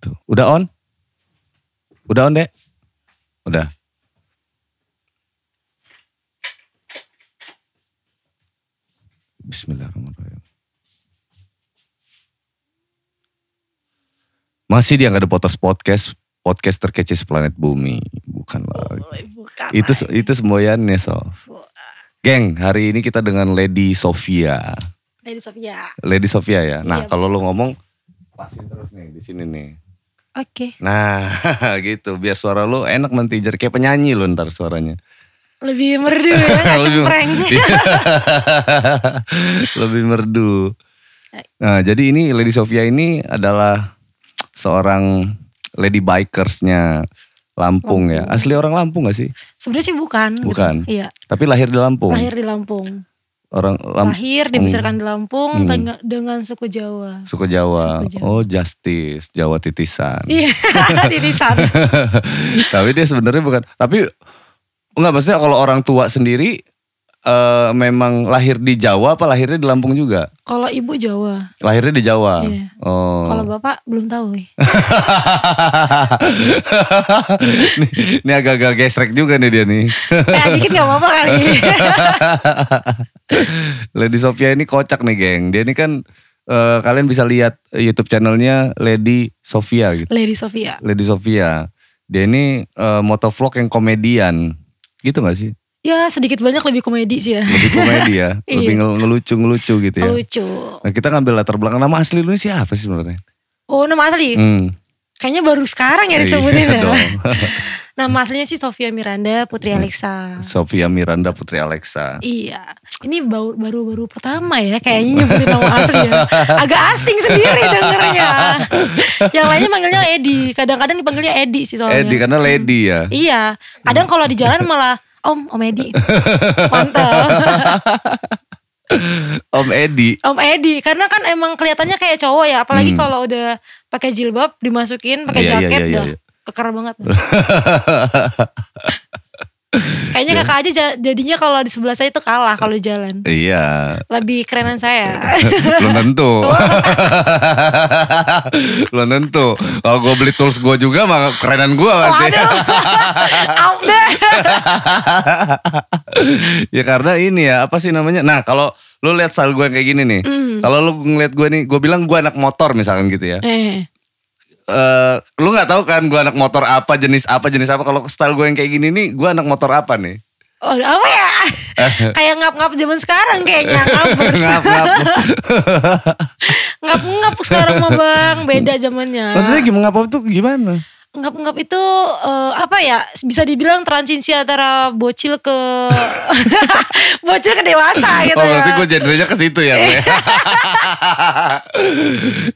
Tuh. Udah on? Udah on, Dek? Udah. Bismillahirrahmanirrahim. Masih dia nggak ada Potters Podcast, podcast terkece planet bumi. Bukan lagi. Woy, bukan Itu lagi. itu semuanya Sof. eh, Geng, hari ini kita dengan Lady Sofia. Lady Sofia. Lady Sofia ya. Nah, Iya. kalau lu ngomong pasin terus nih di sini nih. Oke, Nah, gitu biar suara lu enak nanti jadi kayak penyanyi lu ntar suaranya. lebih merdu ya, nggak Lebih- cempreng. Iya. Lebih merdu. Nah, jadi ini Lady Sofia ini adalah seorang lady bikersnya Lampung, ya. Asli orang Lampung gak sih? Sebenarnya sih bukan. gitu. Bukan. Iya, Tapi lahir di Lampung. Hmm. lahir di Lampung. Orang Lampung, Lahir dibesarkan di Lampung teng- dengan suku Jawa. suku Jawa. Suku Jawa. Oh, Justice, Jawa titisan. Iya, titisan. tapi dia sebenarnya bukan tapi enggak maksudnya kalau orang tua sendiri eh, memang lahir di Jawa apa lahirnya di Lampung juga Kalau ibu Jawa, lahirnya di Jawa Iya. oh kalau bapak belum tahu. weh. ini, ini agak-agak gesrek juga nih dia nih Eh, dikit gak apa-apa kali. Lady Sofia ini kocak nih geng dia ini kan eh, kalian bisa lihat YouTube channelnya Lady Sofia gitu Lady Sofia. Lady Sofia dia ini eh, motovlog yang komedian gitu gak sih Ya sedikit banyak lebih komedi sih ya. lebih komedi ya Iya. Oh, lebih ngel- ngelucu-ngelucu gitu ya Lucu. Nah, kita ngambil latar belakang nama asli lu siapa sih sebenarnya? Oh nama asli? Hmm. Kayaknya baru sekarang ya disebutin Iya ya. dong. Hmm. Nama aslinya sih Sofia Miranda Putri Alexa. Sofia Miranda Putri Alexa. Iya, ini bau- baru-baru pertama ya kayaknya nyebutin nama asli ya. Agak asing sendiri dengernya. Yang lainnya manggilnya Edi, kadang-kadang dipanggilnya Edi sih soalnya. Edi karena lady ya. Iya, kadang kalau di jalan malah Om, Om Edi. Mantap. Om Edi. Om Edi, karena kan emang kelihatannya kayak cowok ya, apalagi kalau udah pakai jilbab dimasukin pakai Hmm. Iya, iya, jaket iya, iya, dah. iya. Keker banget. Kayaknya kakak aja ja- jadinya kalau di sebelah saya itu kalah kalau di jalan. Iya, Lebih kerenan saya. belum tentu. belum tentu. Kalau gue beli tools gue juga mah kerenan gue pasti. Waduh. Out deh. ya karena ini ya, apa sih namanya? Nah, kalau lu lihat style gue kayak gini nih. Mm. Kalau lu ngeliat gue nih, gue bilang gue anak motor misalkan gitu ya. Eh, eh lu nggak tahu kan gue anak motor apa jenis apa jenis apa kalau style gue yang kayak gini nih gue anak motor apa nih oh, apa ya? kayak ngap-ngap zaman sekarang kayaknya ngapers. ngap ngap Ngap-ngap sekarang mah Bang, beda zamannya. maksudnya gimana ngap tuh gimana Ngap-ngap itu eh, apa ya? Bisa dibilang transisi antara bocil ke bocil ke dewasa gitu oh berarti ya. gue genrenya ke situ ya gue.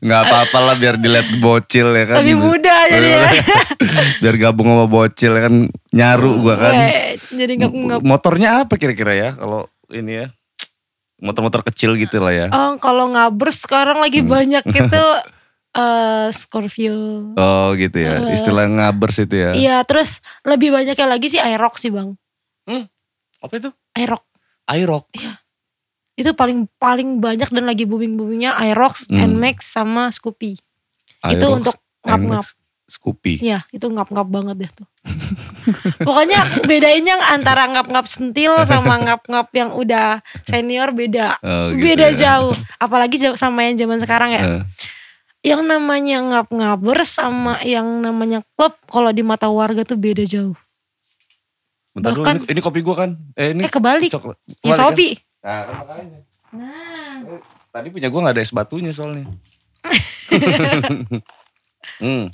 nggak apa apa lah biar dilihat bocil ya kan Lebih muda jadi ya. biar gabung sama bocil ya kan nyaru gue kan Weh, Eh, jadi ngap-ngap. motornya apa kira-kira ya kalau ini ya motor-motor kecil gitu lah ya Oh, kalau ngabers sekarang lagi Hmm. banyak itu eh Scorpio. oh gitu ya istilah ngabers itu ya Iya, terus lebih banyaknya lagi sih Aerox sih, Bang. Hmm, apa itu Aerox. Aerox Itu paling paling banyak dan lagi booming-boomingnya Aerox, Hmm. Nmax sama Scoopy. Itu Aerox, untuk ngap-ngap. NMAX, Scoopy. Iya, itu ngap-ngap banget deh tuh. Pokoknya bedainnya antara ngap-ngap sentil sama ngap-ngap yang udah senior beda. Oh, gitu ya. beda jauh. Apalagi ja- sama yang zaman sekarang ya. Eh, Yang namanya ngap-ngaber sama yang namanya klub kalau di mata warga tuh beda jauh. bentar dulu, Bahkan- ini, ini kopi gua kan. Eh ini Eh kebalik. coklat. Ya Kebalik Sopi. Nah, kan makanya. Nah, Eh, Tadi punya gua nggak ada es batunya soalnya. hmm.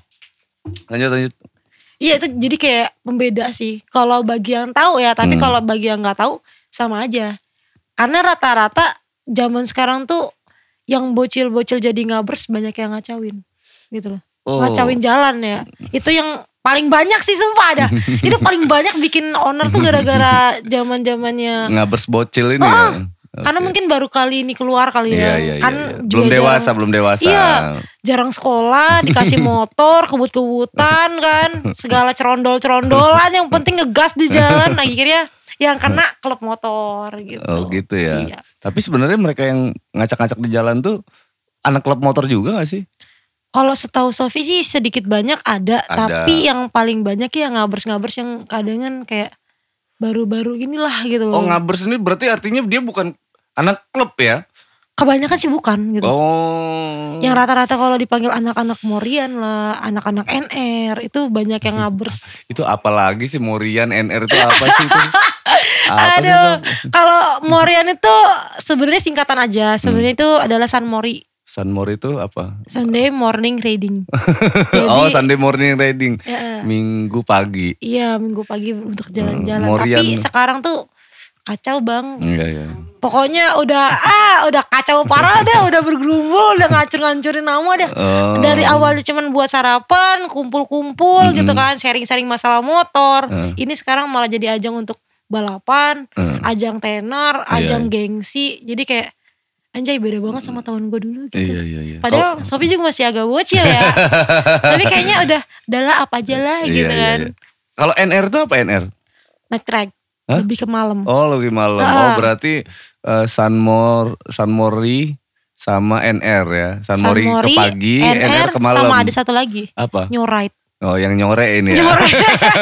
Lanjut lanjut. Iya itu jadi kayak pembeda sih. Kalau bagi yang tahu ya, tapi kalau bagi yang nggak tahu sama aja. Karena rata-rata zaman sekarang tuh yang bocil-bocil jadi ngabers banyak yang ngacauin gitu loh. Oh. Ngacauin jalan ya. Itu yang paling banyak sih sumpah ada. itu paling banyak bikin owner tuh gara-gara zaman-zamannya Ngabers bocil Oh, ini ya. karena mungkin baru kali ini keluar Iya, kali ya. iya, iya, kan iya. juga Belum dewasa, jarang- belum dewasa. Iya, jarang sekolah, dikasih motor, kebut-kebutan kan, segala cerondol-cerondolan yang penting ngegas di jalan akhirnya yang kena klub motor gitu. Oh gitu ya. Iya. Tapi sebenarnya mereka yang ngacak-ngacak di jalan tuh anak klub motor juga gak sih? Kalau setahu Sofi sih sedikit banyak Ada. ada, tapi yang paling banyak ya ngabers-ngabers yang kadang kan kayak baru-baru inilah gitu Oh loh. ngabers ini berarti artinya dia bukan anak klub ya? Kebanyakan sih bukan gitu. Oh. Yang rata-rata kalau dipanggil anak-anak Morian lah, anak-anak NR itu banyak yang ngabers. Itu apalagi sih Morian NR itu apa sih itu? Apa sih, Aduh, Sob? kalau Morian itu sebenarnya singkatan aja. Sebenarnya itu adalah San Mori, Sun Mori itu apa? Sunday Morning Reading. Jadi- oh Sunday morning reading. Ya. Minggu pagi. Iya, minggu pagi untuk jalan-jalan. Hmm, Morian. Tapi sekarang tuh kacau bang. Iya iya. Pokoknya udah ah udah kacau parah deh, udah bergerumbul, udah ngacur-ngancurin nama deh. Oh. Dari awalnya cuman buat sarapan, kumpul-kumpul gitu kan, sharing-sharing masalah motor. Ini sekarang malah jadi ajang untuk balapan, ajang tenar, Iya, ajang gengsi. Jadi kayak anjay beda banget sama tahun gue dulu gitu. Iya iya iya. Padahal Sofi juga masih agak bocil ya. Tapi kayaknya udah udahlah apa aja lah Iya, gitu iya, kan. iya. Kalau NR itu apa NR? Night ride. Lebih ke malam. Oh lebih malam. Oh berarti eh, Sun Mor Sun Mori sama NR ya. Sun, Mori, ke pagi, NR, ke malam. sama ada satu lagi. Apa? New ride. Oh yang nyore ini ya. Nyore.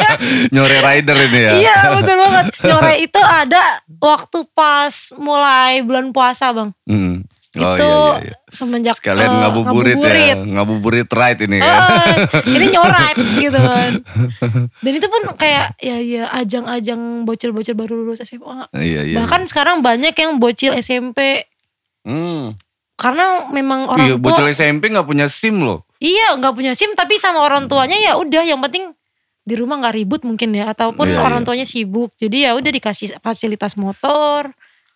nyore rider ini ya. Iya betul banget. New ride itu ada waktu pas mulai bulan puasa bang. Hmm. Oh itu iya iya. iya. semenjak Sekalian Gitu. eh, ngabuburit, ngabuburit. ya. Ngabuburit ride ini kan. Eh, ini nyorat gitu kan. Dan itu pun kayak ya ya ajang-ajang bocil-bocil baru lulus SMA. Iya iya. Bahkan sekarang banyak yang bocil SMP Hmm. karena memang orang Iya tua bocil SMP nggak punya SIM loh. iya nggak punya SIM tapi sama orang tuanya ya udah yang penting di rumah nggak ribut mungkin ya ataupun Iya, orang tuanya sibuk. Jadi ya udah dikasih fasilitas motor.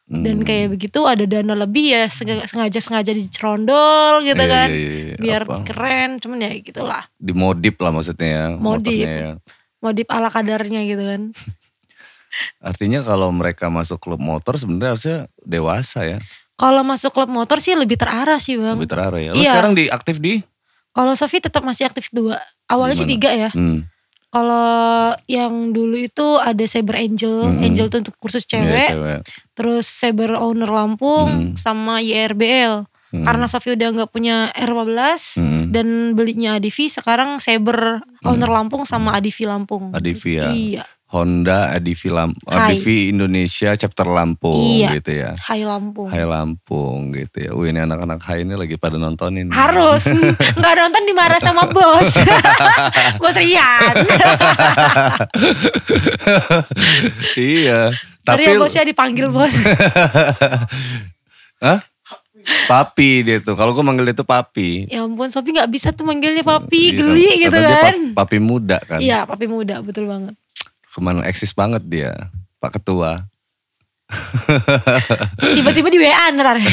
Hmm. Dan kayak begitu ada dana lebih ya sengaja sengaja dicerondol gitu Iya, kan. iya, iya. Biar Apa? keren cuman ya gitulah. Dimodif lah maksudnya ya. Modif. motornya ya. modif ala kadarnya gitu kan. Artinya kalau mereka masuk klub motor sebenarnya harusnya dewasa ya. Kalau masuk klub motor sih lebih terarah sih bang. Lebih terarah ya. Lu Iya. sekarang di aktif di? Kalau Sofi tetap masih aktif dua. Awalnya sih tiga ya. Hmm. Kalau yang dulu itu ada Cyber Angel, Angel tuh untuk kursus Hmm. iya, cewek, cewek. terus Cyber Owner Hmm. Lampung, sama YRBL. Karena Sofi udah nggak punya R15 Hmm. dan belinya Adivi, sekarang Cyber Owner Lampung sama Adivi Lampung. ADV Hmm. ya. Iya, Honda ADV, Lam- Hai. ADV Indonesia chapter Lampung Iya. gitu ya. Hai Lampung. Hai Lampung gitu ya. Wih ini anak-anak Hai ini lagi pada nontonin. Harus nggak nonton dimarah sama bos, bos Rian. iya. Sorry Tapi ya bosnya dipanggil bos. Hah? Papi dia tuh. Kalau gue manggil dia tuh papi. ya ampun Sofi gak bisa tuh manggilnya papi Iya, geli gitu karena dia kan. pa- papi muda kan. Iya papi muda betul banget. Kemana eksis banget dia. Pak Ketua. Tiba-tiba di WA ntar.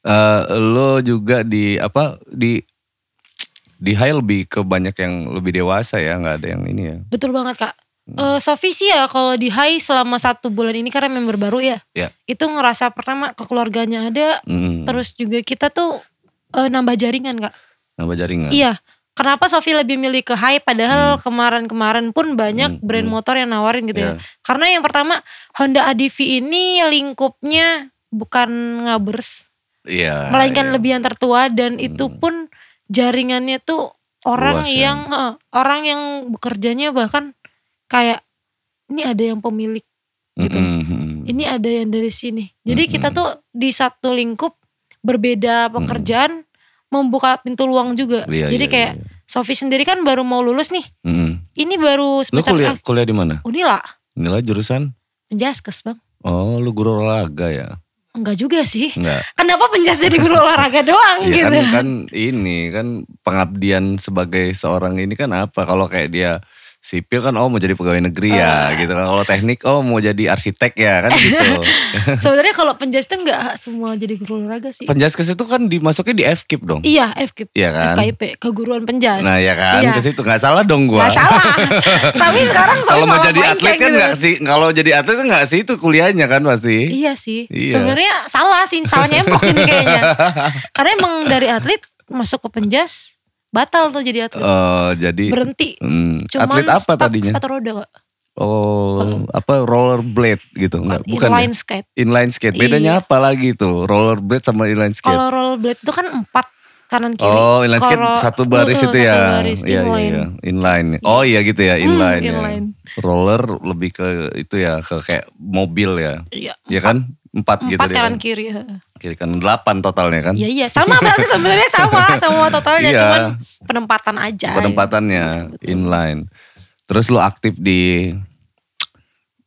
Eh, lo juga di apa di di high lebih ke banyak yang lebih dewasa ya nggak ada yang ini ya betul banget kak. Eh Sofi sih ya kalau di high selama satu bulan ini karena member baru ya. ya Itu ngerasa pertama kekeluarganya ada. mm, Terus juga kita tuh eh, nambah jaringan kak. nambah jaringan Iya. Kenapa Sofi lebih milih ke high padahal kemarin-kemarin pun banyak brand motor yang nawarin gitu ya. Karena yang pertama Honda ADV ini lingkupnya bukan ngabers. iya Hmm. melainkan lebih yang tertua dan itu pun jaringannya tuh orang Luas ya. yang eh, orang yang bekerjanya bahkan kayak ini ada yang pemilik gitu. Mm, mm, mm. Ini ada yang dari sini. Jadi kita Hmm. tuh di satu lingkup berbeda pekerjaan membuka pintu luang juga. Iya, Jadi iya, kayak Sofi sendiri kan baru mau lulus nih. Mm, mm. Ini baru lo semester kuliah ah, kuliah di mana Unila, nilai jurusan penjaskes, Bang. oh lu guru olahraga ya Enggak juga sih. Enggak. Kenapa penjas jadi guru olahraga Hmm. doang Iya gitu. kan, kan ini kan pengabdian sebagai seorang ini kan apa kalau kayak dia sipil kan oh mau jadi pegawai negeri Ah. ya gitu kan kalau teknik oh mau jadi arsitek ya kan gitu Sebenarnya kalau penjas itu enggak semua jadi guru olahraga sih. penjaskes itu kan dimasuknya di FKIP dong Iya, FKIP. Iya kan? FKIP, keguruan penjas. nah ya kan Iya. ke situ nggak salah dong gua Nggak salah. Tapi sekarang Sofi kalau mau malah jadi melenceng atlet kan gitu. nggak sih kalau jadi atlet kan nggak sih itu kuliahnya kan pasti Iya sih. Iya. Sebenarnya salah sih, salah nyemplok ini kayaknya. Karena emang dari atlet masuk ke penjas batal tuh jadi atlet. Eh, jadi Berhenti. hmm, Cuman atlet apa stuck tadinya Sepatu roda Kak. oh apa rollerblade gitu nggak bukan ya? inline skate. Iya. inline skate bedanya apa lagi tuh rollerblade sama inline skate Kalau rollerblade itu kan empat kanan kiri. Oh, inline skate Kalau- satu baris Mm-mm, itu satu ya. baris, Iya, iya, inline. Hmm, iya. Inline. Oh iya gitu ya, inline ya. inline. Roller lebih ke itu ya, ke kayak mobil ya. Iya. Ya kan? Empat, gitu Empat dia kan. kanan kiri. heeh. Kiri kan delapan totalnya kan. Iya iya sama berarti sebenarnya sama semua totalnya Iya. cuman penempatan aja. Penempatannya iya. inline. Terus lu aktif di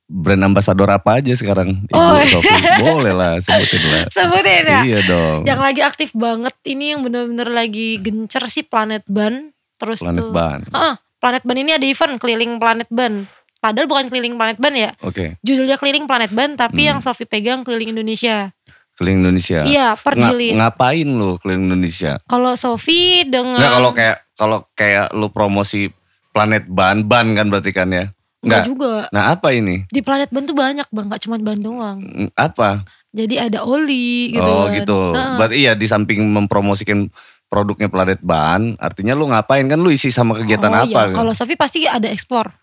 brand ambassador apa aja sekarang? Ibu Oh. Sophie? Boleh lah sebutin lah. Sebutin ya. Iya dong. Yang lagi aktif banget ini yang bener-bener lagi gencer sih Planet Ban. Terus Planet tuh. Ban. Heeh, Planet Ban ini ada event keliling Planet Ban. Padahal bukan keliling Planet Ban ya. Oke, Judulnya keliling Planet Ban tapi Hmm. yang Sofi pegang keliling Indonesia. keliling Indonesia. Iya, per Nga- jilid. ngapain lu keliling Indonesia? Kalau Sofi dengan Enggak kalau kayak kalau kayak lu promosi planet ban ban kan berarti kan ya? Enggak Enggak. juga. Nah apa ini? Di Planet Ban tuh banyak bang, gak cuma Ban doang. Mm, Apa? Jadi ada Oli gitu. oh kan. gitu. Heeh. Berarti iya di samping mempromosikan produknya planet ban, artinya lu ngapain kan lu isi sama kegiatan apa? Oh, gitu? Iya. Kalau Sofi pasti ada explore.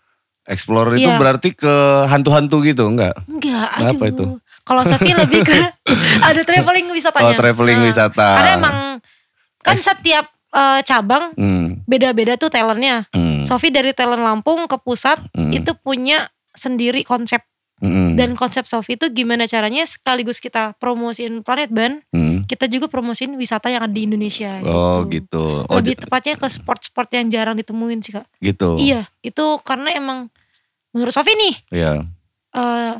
Explore itu Iya. berarti ke hantu-hantu gitu enggak? Enggak, aduh. Apa itu? Kalau Sofi lebih ke ada traveling wisatanya. Nah, Oh, traveling wisata. Karena emang kan setiap eh, cabang Hmm. beda-beda tuh talentnya. Hmm. Sofi dari talent Lampung ke pusat itu punya sendiri konsep Hmm. dan konsep Sofi itu gimana caranya sekaligus kita promosiin Planet Ban, Hmm. kita juga promosiin wisata yang ada di Indonesia. Oh gitu. Oh Lebih di- tepatnya ke sport-sport yang jarang ditemuin sih kak. gitu. Iya, itu karena emang menurut Sofi nih Iya. eh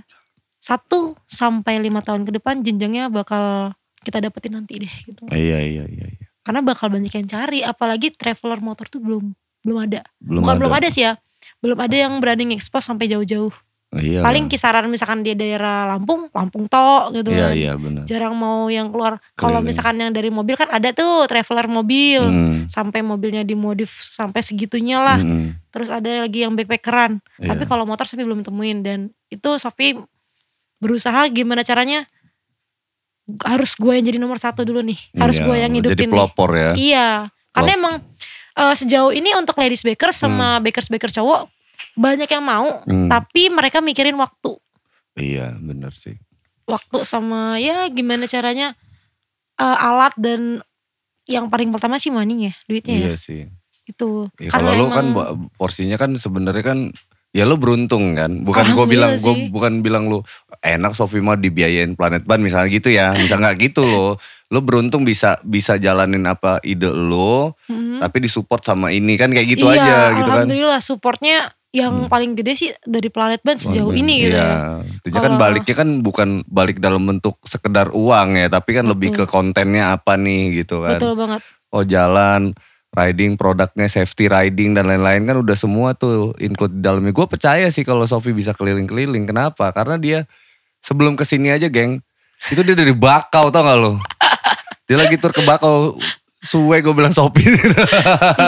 satu sampai lima tahun ke depan jenjangnya bakal kita dapetin nanti deh gitu. Iya iya iya. iya. Karena bakal banyak yang cari, apalagi traveler motor tuh belum belum ada. Belum Bukan ada. belum ada sih ya, belum ada yang berani ngekspos sampai jauh-jauh. Iya. Paling kisaran misalkan di daerah Lampung, Lampung tok gitu Iya kan. iya benar. Jarang mau yang keluar. Kalau Keliling. misalkan yang dari mobil kan ada tuh traveler mobil. Hmm. Sampai mobilnya dimodif sampai segitunya lah. Hmm. Terus ada lagi yang backpackeran. Iya. Tapi kalau motor Sophie belum temuin dan itu Sophie berusaha gimana caranya harus gue yang jadi nomor satu dulu nih. Harus Iya, gue yang Jadi hidupin nih. pelopor ya. Iya. Karena emang eh, sejauh ini untuk ladies baker sama bakers baker cowok banyak yang mau, Hmm. tapi mereka mikirin waktu. Iya benar sih. Waktu sama ya gimana caranya eh, alat dan yang paling pertama sih money ya, duitnya ya. Iya sih. Itu. Ya, kalau lu kan ba- porsinya kan sebenarnya kan ya lu beruntung kan. Bukan gue bilang gue Alhamdulillah sih. bukan bilang lu enak Sofi mah dibiayain planet ban misalnya gitu ya. Bisa nggak gitu loh. Lu beruntung bisa bisa jalanin apa ide lu tapi disupport sama ini kan kayak gitu Hmm. iya, aja gitu kan. Hmm. Alhamdulillah supportnya yang paling gede sih dari Planet Band sejauh ini gitu. Iya. ya. Itu kan Kalau- baliknya kan bukan balik dalam bentuk sekedar uang ya, tapi kan lebih ke kontennya apa nih gitu kan. Betul banget. oh jalan riding produknya safety riding dan lain-lain kan udah semua tuh include di dalamnya gue percaya sih kalau Sofi bisa keliling-keliling kenapa karena dia sebelum kesini aja geng itu dia dari bakau tau gak lo dia lagi tur ke bakau suwe gue bilang Sofi Ya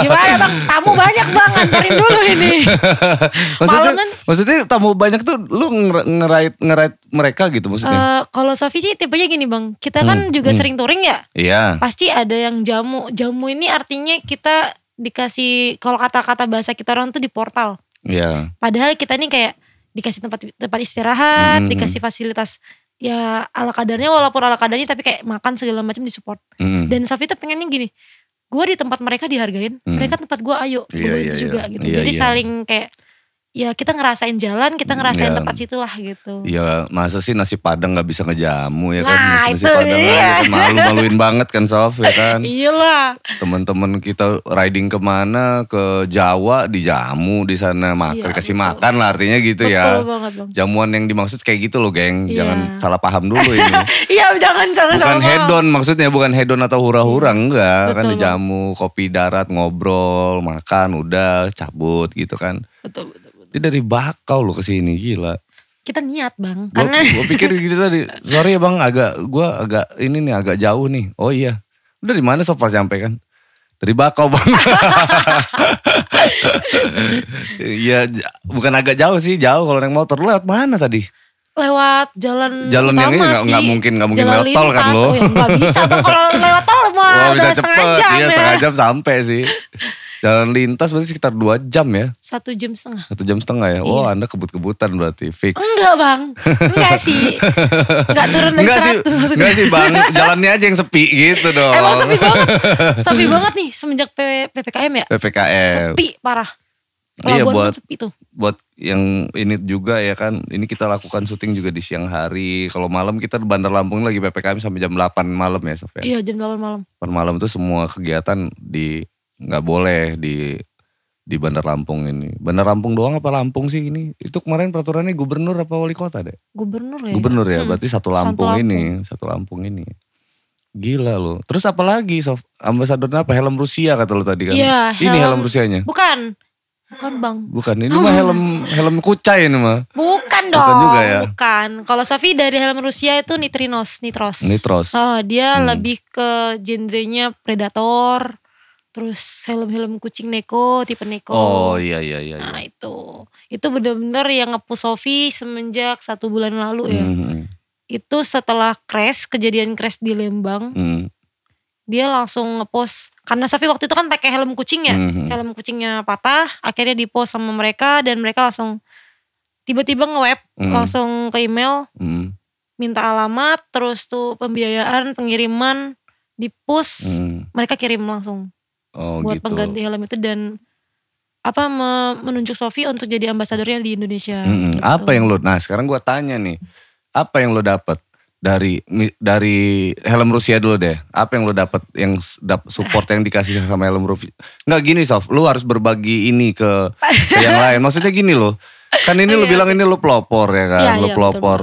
Gimana bang, tamu banyak bang, antarin dulu ini. maksudnya Malaman. maksudnya tamu banyak tuh lu nger- ngerait ngerait mereka gitu maksudnya Eh, Kalau Sofi sih tipenya gini bang, kita Hmm, kan juga sering touring ya. iya Pasti ada yang jamu. Jamu ini artinya kita dikasih, kalau kata-kata bahasa kita orang tuh di portal. iya Padahal kita nih kayak dikasih tempat tempat istirahat, Hmm. dikasih fasilitas ya ala kadarnya walaupun ala kadarnya tapi kayak makan segala macam disupport. Mm. Dan Sofi tuh pengennya gini, gue di tempat mereka dihargain, mereka tempat gue ayo, gue Hmm. Iya, bantu iya, juga iya. gitu. Iya, Jadi iya. saling kayak ya kita ngerasain jalan, kita ngerasain iya. tempat situ lah gitu. Iya, masa sih nasi padang nggak bisa ngejamu ya kan? Nah, nasi itu padang dia. aja malu-maluin banget kan Sof ya kan? Iya lah. teman-teman kita riding kemana ke Jawa dijamu di sana makan Iya, kasih betul. makan lah artinya gitu Betul ya banget bang. jamuan yang dimaksud kayak gitu loh geng Iya. jangan salah paham dulu ini Iya jangan jangan bukan salah paham. Iya, hedon maksudnya bukan hedon atau hura-hura enggak kan Betul, dijamu kopi darat ngobrol makan udah cabut gitu kan Betul, betul, betul. dia dari bakau loh ke sini gila Kita niat bang, Gue karena pikir gitu tadi sorry ya bang agak gua agak ini nih agak jauh nih oh iya udah di mana sofa sampai kan dari bakau bang Iya j- bukan agak jauh sih jauh kalau naik motor Lu lewat mana tadi lewat jalan Jalan yang utama ini nggak- sih. nggak mungkin- nggak mungkin Jalan lewat tol kan lintas. lo. Oh, ya, nggak bisa bang kalau lewat tol mah Wah udah bisa setengah cepet jam iya ya. setengah jam sampai sih Jalan lintas berarti sekitar 2 jam ya. Satu jam setengah. Satu jam setengah ya. Oh Iya. anda kebut-kebutan berarti fix. Enggak bang, enggak sih. Enggak turun dari Enggak sih, 100 maksudnya. enggak sih bang. Jalannya aja yang sepi gitu dong. Emang sepi banget. sepi banget nih semenjak P- PPKM ya. PPKM. Sepi parah. Eh. Iya, Pelabuhan buat- kan sepi tuh. Buat yang ini juga ya kan. Ini kita lakukan syuting juga di siang hari. Kalau malam kita di Bandar Lampung lagi PPKM sampai jam 8 malam ya Sof ya. Iya jam 8 malam. Per malam tuh semua kegiatan di nggak boleh di di Bandar Lampung ini. Bandar Lampung doang apa Lampung sih ini? Itu kemarin peraturannya gubernur apa wali kota deh? Gubernur ya. Gubernur ya, berarti satu Satu Lampung, Lampung. ini, satu Lampung ini. Gila loh. Terus apa lagi, Sof? Ambasadornya apa? Helm Rusia kata lo tadi kan? Iya, ini helm, helm- Ah. Rusianya. Bukan. Bukan bang. Bukan, ini mah helm helm kucai ini mah. Bukan dong. Bukan juga ya? Kalau Safi dari helm Rusia itu nitrinos, nitros. Nitros. Hmm. Oh, dia lebih ke genrenya predator. Terus helm-helm kucing neko, tipe neko. Oh, iya iya iya. iya. Nah itu. Itu bener-bener yang ngepush Sofi semenjak satu bulan lalu ya. Hmm, Itu setelah crash, kejadian crash di Lembang. hmm, Dia langsung ngepost. Karena Safi waktu itu kan pakai helm kucing ya. Mhm. Helm kucingnya patah. Akhirnya dipost sama mereka. Dan mereka langsung tiba-tiba nge-web. Mhm. Langsung ke email. hmm, Minta alamat. Terus tuh pembiayaan, pengiriman. Di push. hmm. Mereka kirim langsung. Oh, buat gitu. pengganti helm itu. Dan apa me- menunjuk Sofi untuk jadi ambasadornya di Indonesia. Mm-mm. gitu. Apa yang lo? Nah, sekarang gua tanya nih, apa yang lo dapat dari mi- dari helm Rusia dulu deh? Apa yang lo dapat yang s- dap- support yang dikasih sama helm Rusia? Nggak gini, Sof. Lo harus berbagi ini ke, ke yang lain. Maksudnya gini loh. Kan ini lo bilang ini lo pelopor ya kan, Iya, lo iya, betul pelopor.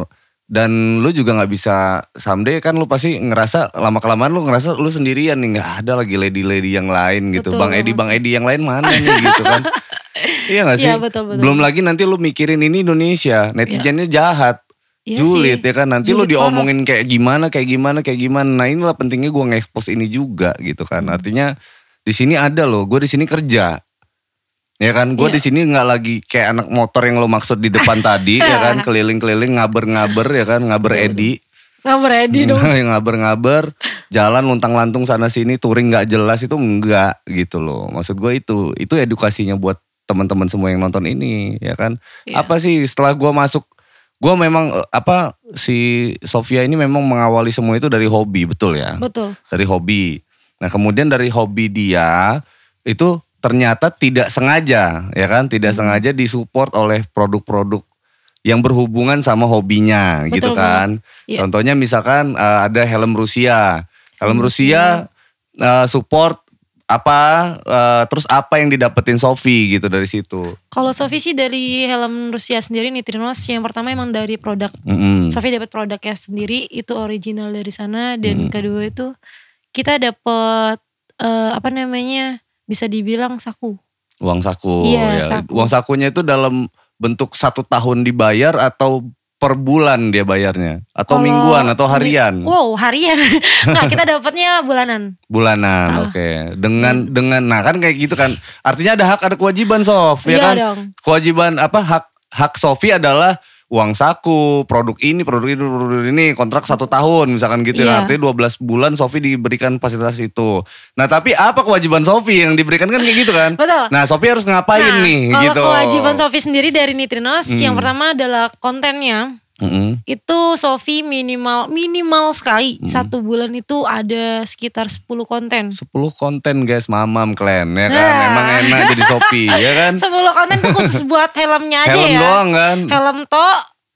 Dan lu juga nggak bisa someday kan lu pasti ngerasa lama kelamaan lu ngerasa lu sendirian nih nggak ada lagi lady lady yang lain gitu Betul, bang Edi bang Edi yang lain mana nih gitu kan iya nggak sih Iya, betul, betul. belum lagi nanti lu mikirin ini Indonesia, netizennya jahat. Iya julid sih. ya kan nanti lu Julid diomongin kayak gimana kayak gimana kayak gimana. Nah, inilah pentingnya gua nge-expose ini juga gitu kan. Hmm. Artinya di sini ada loh, gue di sini kerja. Ya kan, Iya. gue di sini nggak lagi kayak anak motor yang lo maksud di depan tadi, ya kan keliling-keliling ngaber-ngaber, ya kan ngaber Iya, Edi, Nggak ready dong. yang ngaber-ngaber, jalan luntang-lantung sana sini, touring nggak jelas itu enggak gitu loh. Maksud gue itu, itu edukasinya buat teman-teman semua yang nonton ini, ya kan? Apa sih setelah gue masuk, gue memang eh, apa si Sofia ini memang mengawali semua itu dari hobi, betul ya? Betul. dari hobi. Nah kemudian dari hobi dia itu ternyata tidak sengaja ya kan, Hmm. tidak sengaja disupport oleh produk-produk yang berhubungan sama hobinya Betul gitu banget. kan. Iya. Contohnya misalkan eh, ada helm Rusia, helm Hmm, Rusia iya. eh, support apa eh, terus apa yang didapetin Sofi gitu dari situ. Kalau Sofi sih dari helm Rusia sendiri Nitrinos yang pertama emang dari produk. Hmm. Mm-mm. Sofi dapat produknya sendiri itu original dari sana dan Hmm. kedua itu kita dapat eh, apa namanya bisa dibilang saku. Uang saku Iya, ya. saku. Uang sakunya itu dalam bentuk satu tahun dibayar atau per bulan dia bayarnya atau Kalau mingguan atau mi- harian. Wow harian. nah kita dapatnya bulanan. Ah. bulanan oke dengan Iya. dengan nah kan kayak gitu kan artinya ada hak ada kewajiban Sof ya Iya kan dong. kewajiban apa hak hak Sofi adalah uang saku produk ini produk ini produk ini kontrak satu tahun misalkan gitu ya Iya. artinya 12 bulan Sofi diberikan fasilitas itu nah tapi apa kewajiban Sofi yang diberikan kan kayak gitu kan Betul. nah Sofi harus ngapain Nah, nih kalau gitu Hmm. kewajiban Sofi sendiri dari Nitrinos yang pertama adalah kontennya Mm-mm. itu Sofi minimal minimal sekali Hmm. satu bulan itu ada sekitar 10 konten. 10 konten guys mamam klen ya kan Nah. emang enak jadi Sofi ya kan 10 konten tuh khusus buat helmnya aja Helm ya. doang kan Hmm. Helm to,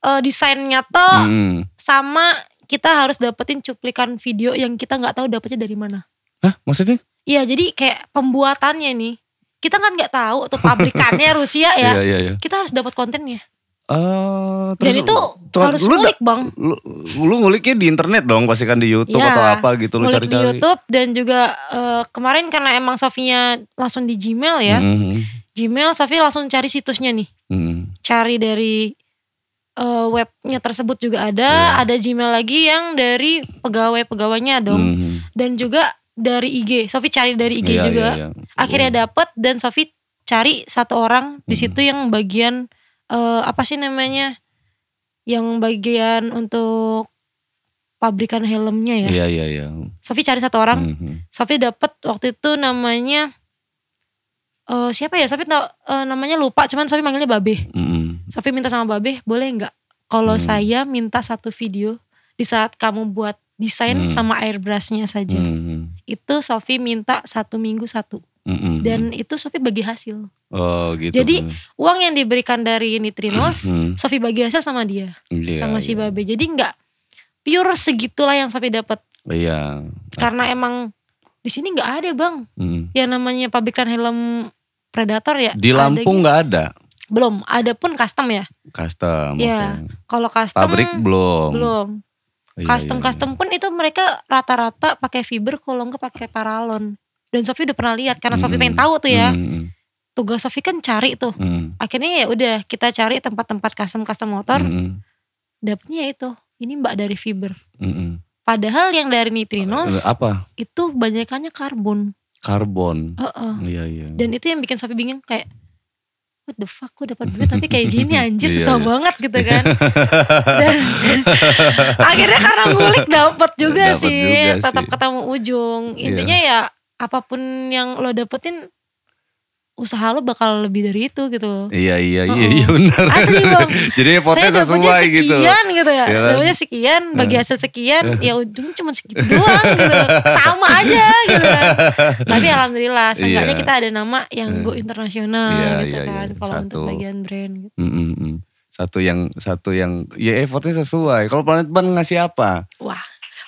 eh, desainnya to, Mm-mm. sama kita harus dapetin cuplikan video yang kita nggak tahu dapetnya dari mana. Hah maksudnya Iya, jadi kayak pembuatannya nih. Kita kan nggak tahu tuh pabrikannya Rusia ya. Iya, iya, iya. Kita harus dapat kontennya. Oh, Dan itu harus ngulik, Bang. Lu, lu nguliknya di internet dong, pasti kan di YouTube Iya, atau apa gitu lu ngulik di cari-cari. YouTube dan juga eh, kemarin karena emang Sofinya langsung di Gmail ya. Mhm, Gmail Sofi langsung cari situsnya nih. mhm. cari dari eh, webnya tersebut juga ada, Iya. ada Gmail lagi yang dari pegawai-pegawainya dong, Mhm. dan juga dari IG. Sofi cari dari IG Iya, juga. iya, iya. Akhirnya dapet dan Sofi cari satu orang Hmm. di situ yang bagian eh, apa sih namanya, yang bagian untuk pabrikan helmnya ya. Iya, iya, iya. Sofi cari satu orang, Mhm. Sofi dapet waktu itu namanya eh, siapa ya Sofi tau, eh, namanya lupa cuman Sofi manggilnya Babe Mm-mm. Sofi minta sama Babe boleh nggak Hmm. kalau saya minta satu video di saat kamu buat desain Hmm. sama airbrushnya saja Mm-mm. itu Sofi minta satu minggu satu Mm-mm. dan itu Sofi bagi hasil Mm-hmm. oh gitu jadi uang yang diberikan dari Nitrinos Hmm. Sofi bagi hasil sama dia Iya, sama si iya. Babe jadi nggak pure segitulah yang Sofi dapat iya karena emang di sini nggak ada bang Mm. yang namanya pabrikan helm predator ya di ada Lampung gitu. nggak ada belum ada pun custom ya custom Iya. oke. kalau custom pabrik belum Hmm, belum Iya, custom iya, custom pun itu mereka rata-rata pakai fiber kalau nggak pakai paralon dan Sofi udah pernah lihat karena Sofi Mm-mm. pengen tahu tuh ya Mm-mm. tugas Sofi kan cari tuh Mm-mm. akhirnya ya udah kita cari tempat-tempat custom custom motor Mm-mm. dapetnya ya itu ini mbak dari fiber Mm-mm. padahal yang dari Eh, nitrinos hmm, apa itu banyakannya karbon karbon Heeh. iya iya Oh. dan itu yang bikin Sophie bingung kayak what the fuck gue dapat duit tapi kayak gini anjir Iya, susah iya. banget gitu kan dan akhirnya karena ngulik dapat juga Dapet sih juga tetap sih. Iya. ketemu ujung intinya ya apapun yang lo dapetin usaha lo bakal lebih dari itu gitu Iya iya Oh, iya oh. iya benar. Asli, Bang. Jadi saya effortnya dapetnya sesuai sekian gitu. gitu ya, Iya kan? dapetnya sekian bagi hasil sekian ya ujungnya cuma segitu doang gitu sama aja gitu kan tapi alhamdulillah seenggaknya Iya. kita ada nama yang go internasional Iya, gitu iya, iya. kan kalau untuk Satu. bagian brand gitu. Mm, mm, mm. Satu yang satu yang ya effortnya sesuai. Kalau Planet Ban ngasih apa? wah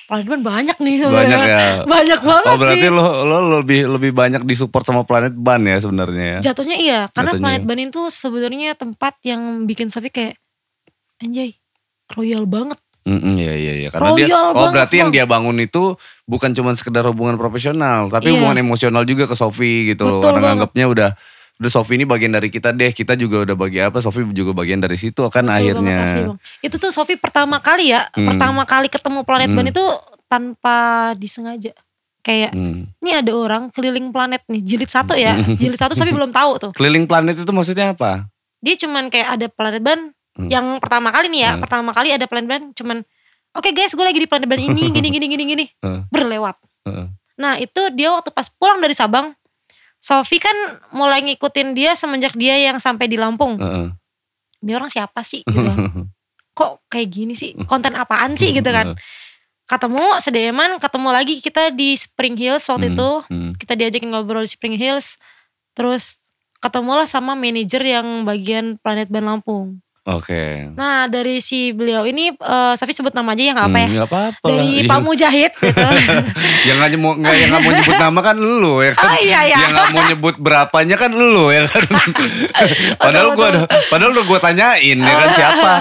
Planet Ban banyak nih sebenarnya Banyak ya. banyak banget Oh berarti sih lo lo lebih lebih banyak disupport sama Planet Ban ya sebenarnya. ya? jatuhnya iya karena Jatuhnya Planet iya. Ban itu sebenarnya tempat yang bikin Sofi kayak anjay royal banget Mm, mm, Iya iya iya. Karena dia Royal oh banget, berarti yang Bang. dia bangun itu bukan cuma sekedar hubungan profesional, tapi Iya. hubungan emosional juga ke Sofi gitu. loh. Betul Karena banget. nganggapnya udah udah Sofi ini bagian dari kita deh. Kita juga udah bagi apa? Sofi juga bagian dari situ kan Betul banget, akhirnya. asli, Iya, Bang. Itu tuh Sofi pertama kali ya, Hmm. pertama kali ketemu planet ban itu tanpa disengaja. Kayak Mm. ini ada orang keliling planet nih, jilid satu ya. Hmm. Jilid satu Sofi belum tahu tuh. Keliling planet itu maksudnya apa? Dia cuman kayak ada planet ban Hmm. yang pertama kali nih ya, pertama kali ada planet ban cuman oke guys, gue lagi di planet ban ini gini gini gini gini Heeh. berlewat. Heeh. Nah, itu dia waktu pas pulang dari Sabang Sofi kan mulai ngikutin dia semenjak dia yang sampai di Lampung. Heeh. Ini orang siapa sih gitu. kok kayak gini sih Hmm. konten apaan sih gitu kan ketemu sedeman ketemu lagi kita di Spring Hills waktu itu Hmm. kita diajakin ngobrol di Spring Hills terus ketemulah sama manajer yang bagian Planet Band Lampung Oke. nah dari si beliau ini eh Safi sebut nama aja ya nggak apa Hmm, ya nggak apa-apa dari lah. Pak Mujahid gitu yang aja mau nggak yang nggak mau nyebut nama kan lu ya kan. Oh, iya, iya. Yang nggak mau nyebut berapanya kan lu ya kan. padahal Betul, gua udah padahal udah gua tanyain ya kan siapa.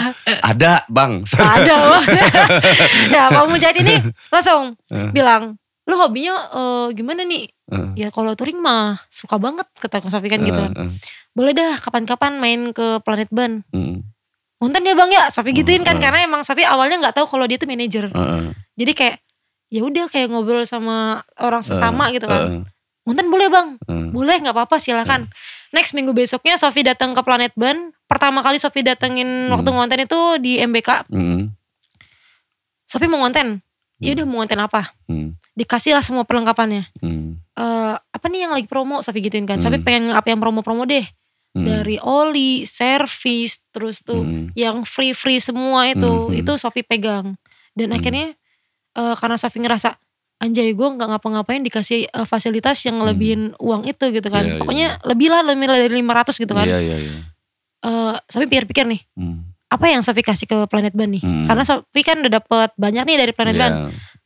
Ada, Bang. ada Bang. ya Pak Mujahid ini langsung Hmm. bilang lu hobinya eh, gimana nih Heeh. ya kalau touring mah suka banget kata Kang Safi kan gitu Heeh, heeh. boleh dah kapan-kapan main ke Planet Ban. Heeh, Punten ya bang ya, Sofi gituin kan karena emang Sofi awalnya nggak tahu kalau dia tuh manajer. heeh. Jadi kayak ya udah kayak ngobrol sama orang sesama gitu heeh. kan. Punten boleh bang, Heeh. boleh nggak apa-apa silakan. Next minggu besoknya Sofi datang ke Planet Ban. Pertama kali Sofi datengin waktu ngonten itu di MBK. Heeh. Sofi mau ngonten. Ya udah mau ngonten apa? Heeh. Dikasihlah semua perlengkapannya. Heeh. Eh apa nih yang lagi promo Sofi gituin kan. Hmm. Sofi pengen apa yang promo-promo deh. Dari oli, servis, terus tuh Hmm. yang free free semua itu Mhm. itu Sofi pegang Hmm. dan akhirnya eh, karena Sofi ngerasa anjay gue nggak ngapa-ngapain dikasih eh, fasilitas yang ngelebihin uang itu gitu kan Hmm. Iya, iya. pokoknya lebih lah lebih lah dari 500 gitu kan Iya, iya, iya. Eh, Sofi pikir-pikir nih Hmm. apa yang Sofi kasih ke Planet Ban nih Hmm. karena Sofi kan udah dapet banyak nih dari Planet Iya. Ban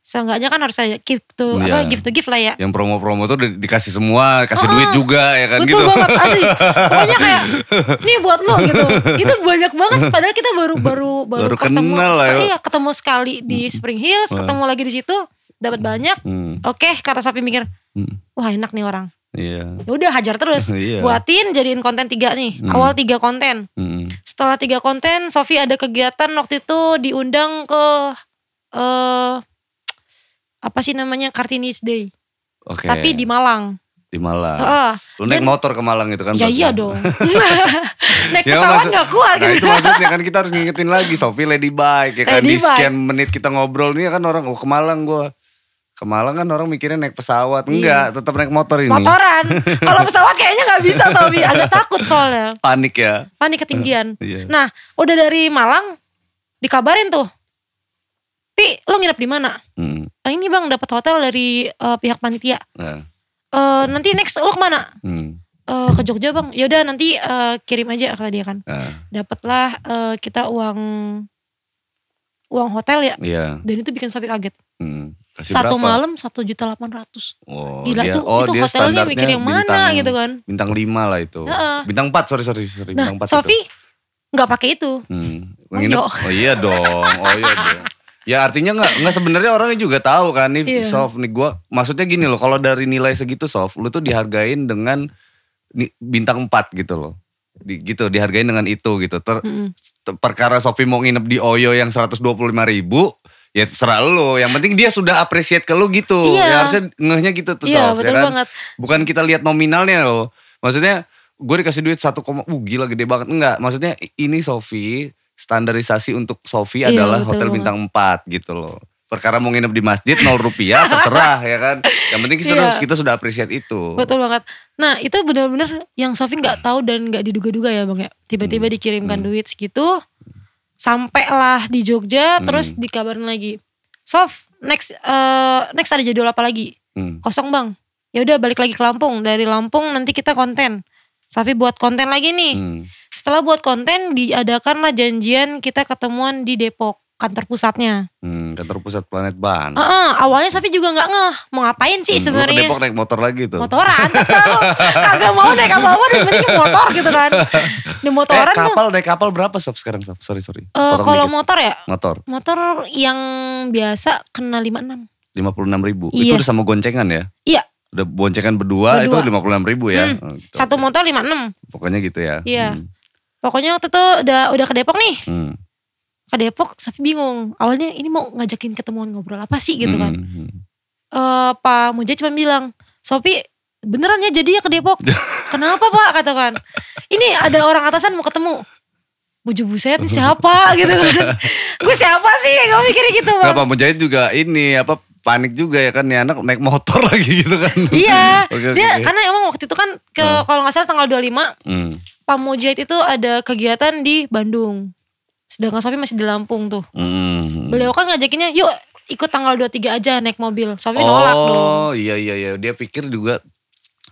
seenggaknya kan harus ada give to Iya. apa give to give lah ya Yang promo-promo tuh di- dikasih semua, kasih Oh, duit juga ya kan Betul gitu. banget asli. Pokoknya kayak nih buat lo gitu. Itu banyak banget padahal kita baru baru baru, Baru ketemu. kenal lah ya. Iya, ketemu sekali di Spring Hills, ketemu lagi di situ, dapat banyak. Hmm. Oke, kata Sofi mikir, Hmm. wah enak nih orang. Iya. Ya udah hajar terus. Iya. Mm. Buatin jadiin konten tiga nih. Awal tiga konten. Hmm. Setelah tiga konten, Sofi ada kegiatan waktu itu diundang ke eh apa sih namanya Kartini's Day, Oke. tapi di Malang. di Malang. Heeh. Lu naik motor ke Malang itu kan? Ya berarti? iya dong. Naik Ya, pesawat maksud- nggak kuat Nah gitu. itu maksudnya kan kita harus ngingetin lagi Sofi Lady Bike ya kan di Lady sekian ya Bike. menit kita ngobrol nih kan orang oh ke Malang gue Ke Malang kan orang mikirnya naik pesawat. Iya. Enggak, tetap naik motor ini. Motoran. Kalau pesawat kayaknya nggak bisa Sobi. Agak takut soalnya. Panik ya. Panik ketinggian. Iya. Nah, udah dari Malang dikabarin tuh. Pi, lo nginep di mana? Hmm. "Ah, ini bang dapat hotel dari eh, pihak panitia. Nah. Eh, nanti next lo kemana? Hmm. "Eh, ke Jogja bang. Yaudah nanti eh, kirim aja kalau dia kan. Nah. Dapatlah eh, kita uang uang hotel ya. Iya. Dan itu bikin Sobi kaget. Hmm. Kasih Satu berapa? malam satu juta delapan ratus. Oh, Gila dia- tuh oh, itu dia hotelnya standarnya mikir yang mana bintang- gitu kan. Bintang 5 lah itu. Heeh. Bintang 4, sorry, sorry. sorry Nah bintang 4 Sofi itu. nggak pakai itu. Hmm. Oh, Nginep- iya. Oh iya dong, oh iya dong. Ya artinya nggak nggak sebenarnya orangnya juga tahu kan nih Iya. soft nih gua maksudnya gini loh kalau dari nilai segitu soft lu tuh dihargain dengan ni- bintang 4 gitu loh. Di, gitu dihargain dengan itu gitu. Ter, Mm-mm. te- perkara Sofi mau nginep di Oyo yang 125 ribu ya serah lu yang penting dia sudah appreciate ke lu gitu Iya. ya harusnya ngehnya gitu tuh Iya, Sof, ya betul kan? banget. bukan kita lihat nominalnya loh maksudnya gue dikasih duit 1, uh gila gede banget enggak maksudnya i- ini Sofi standarisasi untuk Sofi Iya, adalah betul hotel banget. bintang 4 gitu loh perkara mau nginep di masjid 0 rupiah terserah ya kan yang penting kita, Iya. kita sudah appreciate itu Betul banget. Nah itu benar-benar yang Sofi nggak tahu dan nggak diduga-duga ya bang ya. Tiba-tiba Hmm. dikirimkan duit segitu, sampailah di Jogja, Hmm. terus dikabarin lagi, Sof next eh, next ada jadwal apa lagi? Hmm. Kosong bang. Ya udah balik lagi ke Lampung. Dari Lampung nanti kita konten. Sofi buat konten lagi nih. Hmm. Setelah buat konten diadakanlah janjian kita ketemuan di Depok kantor pusatnya. Hmm, kantor pusat planet ban. Heeh, awalnya Sofi juga nggak ngeh mau ngapain sih Hmm, lu ke Oh, iya, sebenarnya. Depok naik motor lagi tuh. motoran tetep kagak mau naik apa-apa dan penting motor gitu kan di motoran eh, tuh kapal naik kapal berapa sob sekarang sob? Sorry sorry. kan eh, Potong kalau dikit. motor ya motor motor yang biasa kena 56 lima puluh ribu itu Iya. udah sama goncengan ya? iya Udah boncengan berdua, itu Berdua. lima puluh ribu ya? hmm, Oh, gitu. satu motor 56 Pokoknya gitu ya. iya Hmm. pokoknya waktu itu udah udah ke Depok nih Hmm. ke Depok Safi bingung awalnya ini mau ngajakin ketemuan ngobrol apa sih gitu kan Hmm, hmm. Eh Pak Moja cuma bilang Sofi beneran ya jadi ya ke Depok kenapa Pak katakan ini ada orang atasan mau ketemu buju buset nih siapa gitu kan gue siapa sih gue mikirnya gitu Nggak, bang Pak Mujahid juga ini apa panik juga ya kan nih anak naik motor lagi gitu kan. iya Oke, oke, dia oke. Nah. karena emang waktu itu kan ke kalau nggak salah tanggal 25 Hmm. Pak Mujahid itu ada kegiatan di Bandung sedangkan Sofi masih di Lampung tuh Hmm. beliau kan ngajakinnya yuk ikut tanggal 23 aja naik mobil Sofi nolak dong Oh iya iya iya dia pikir juga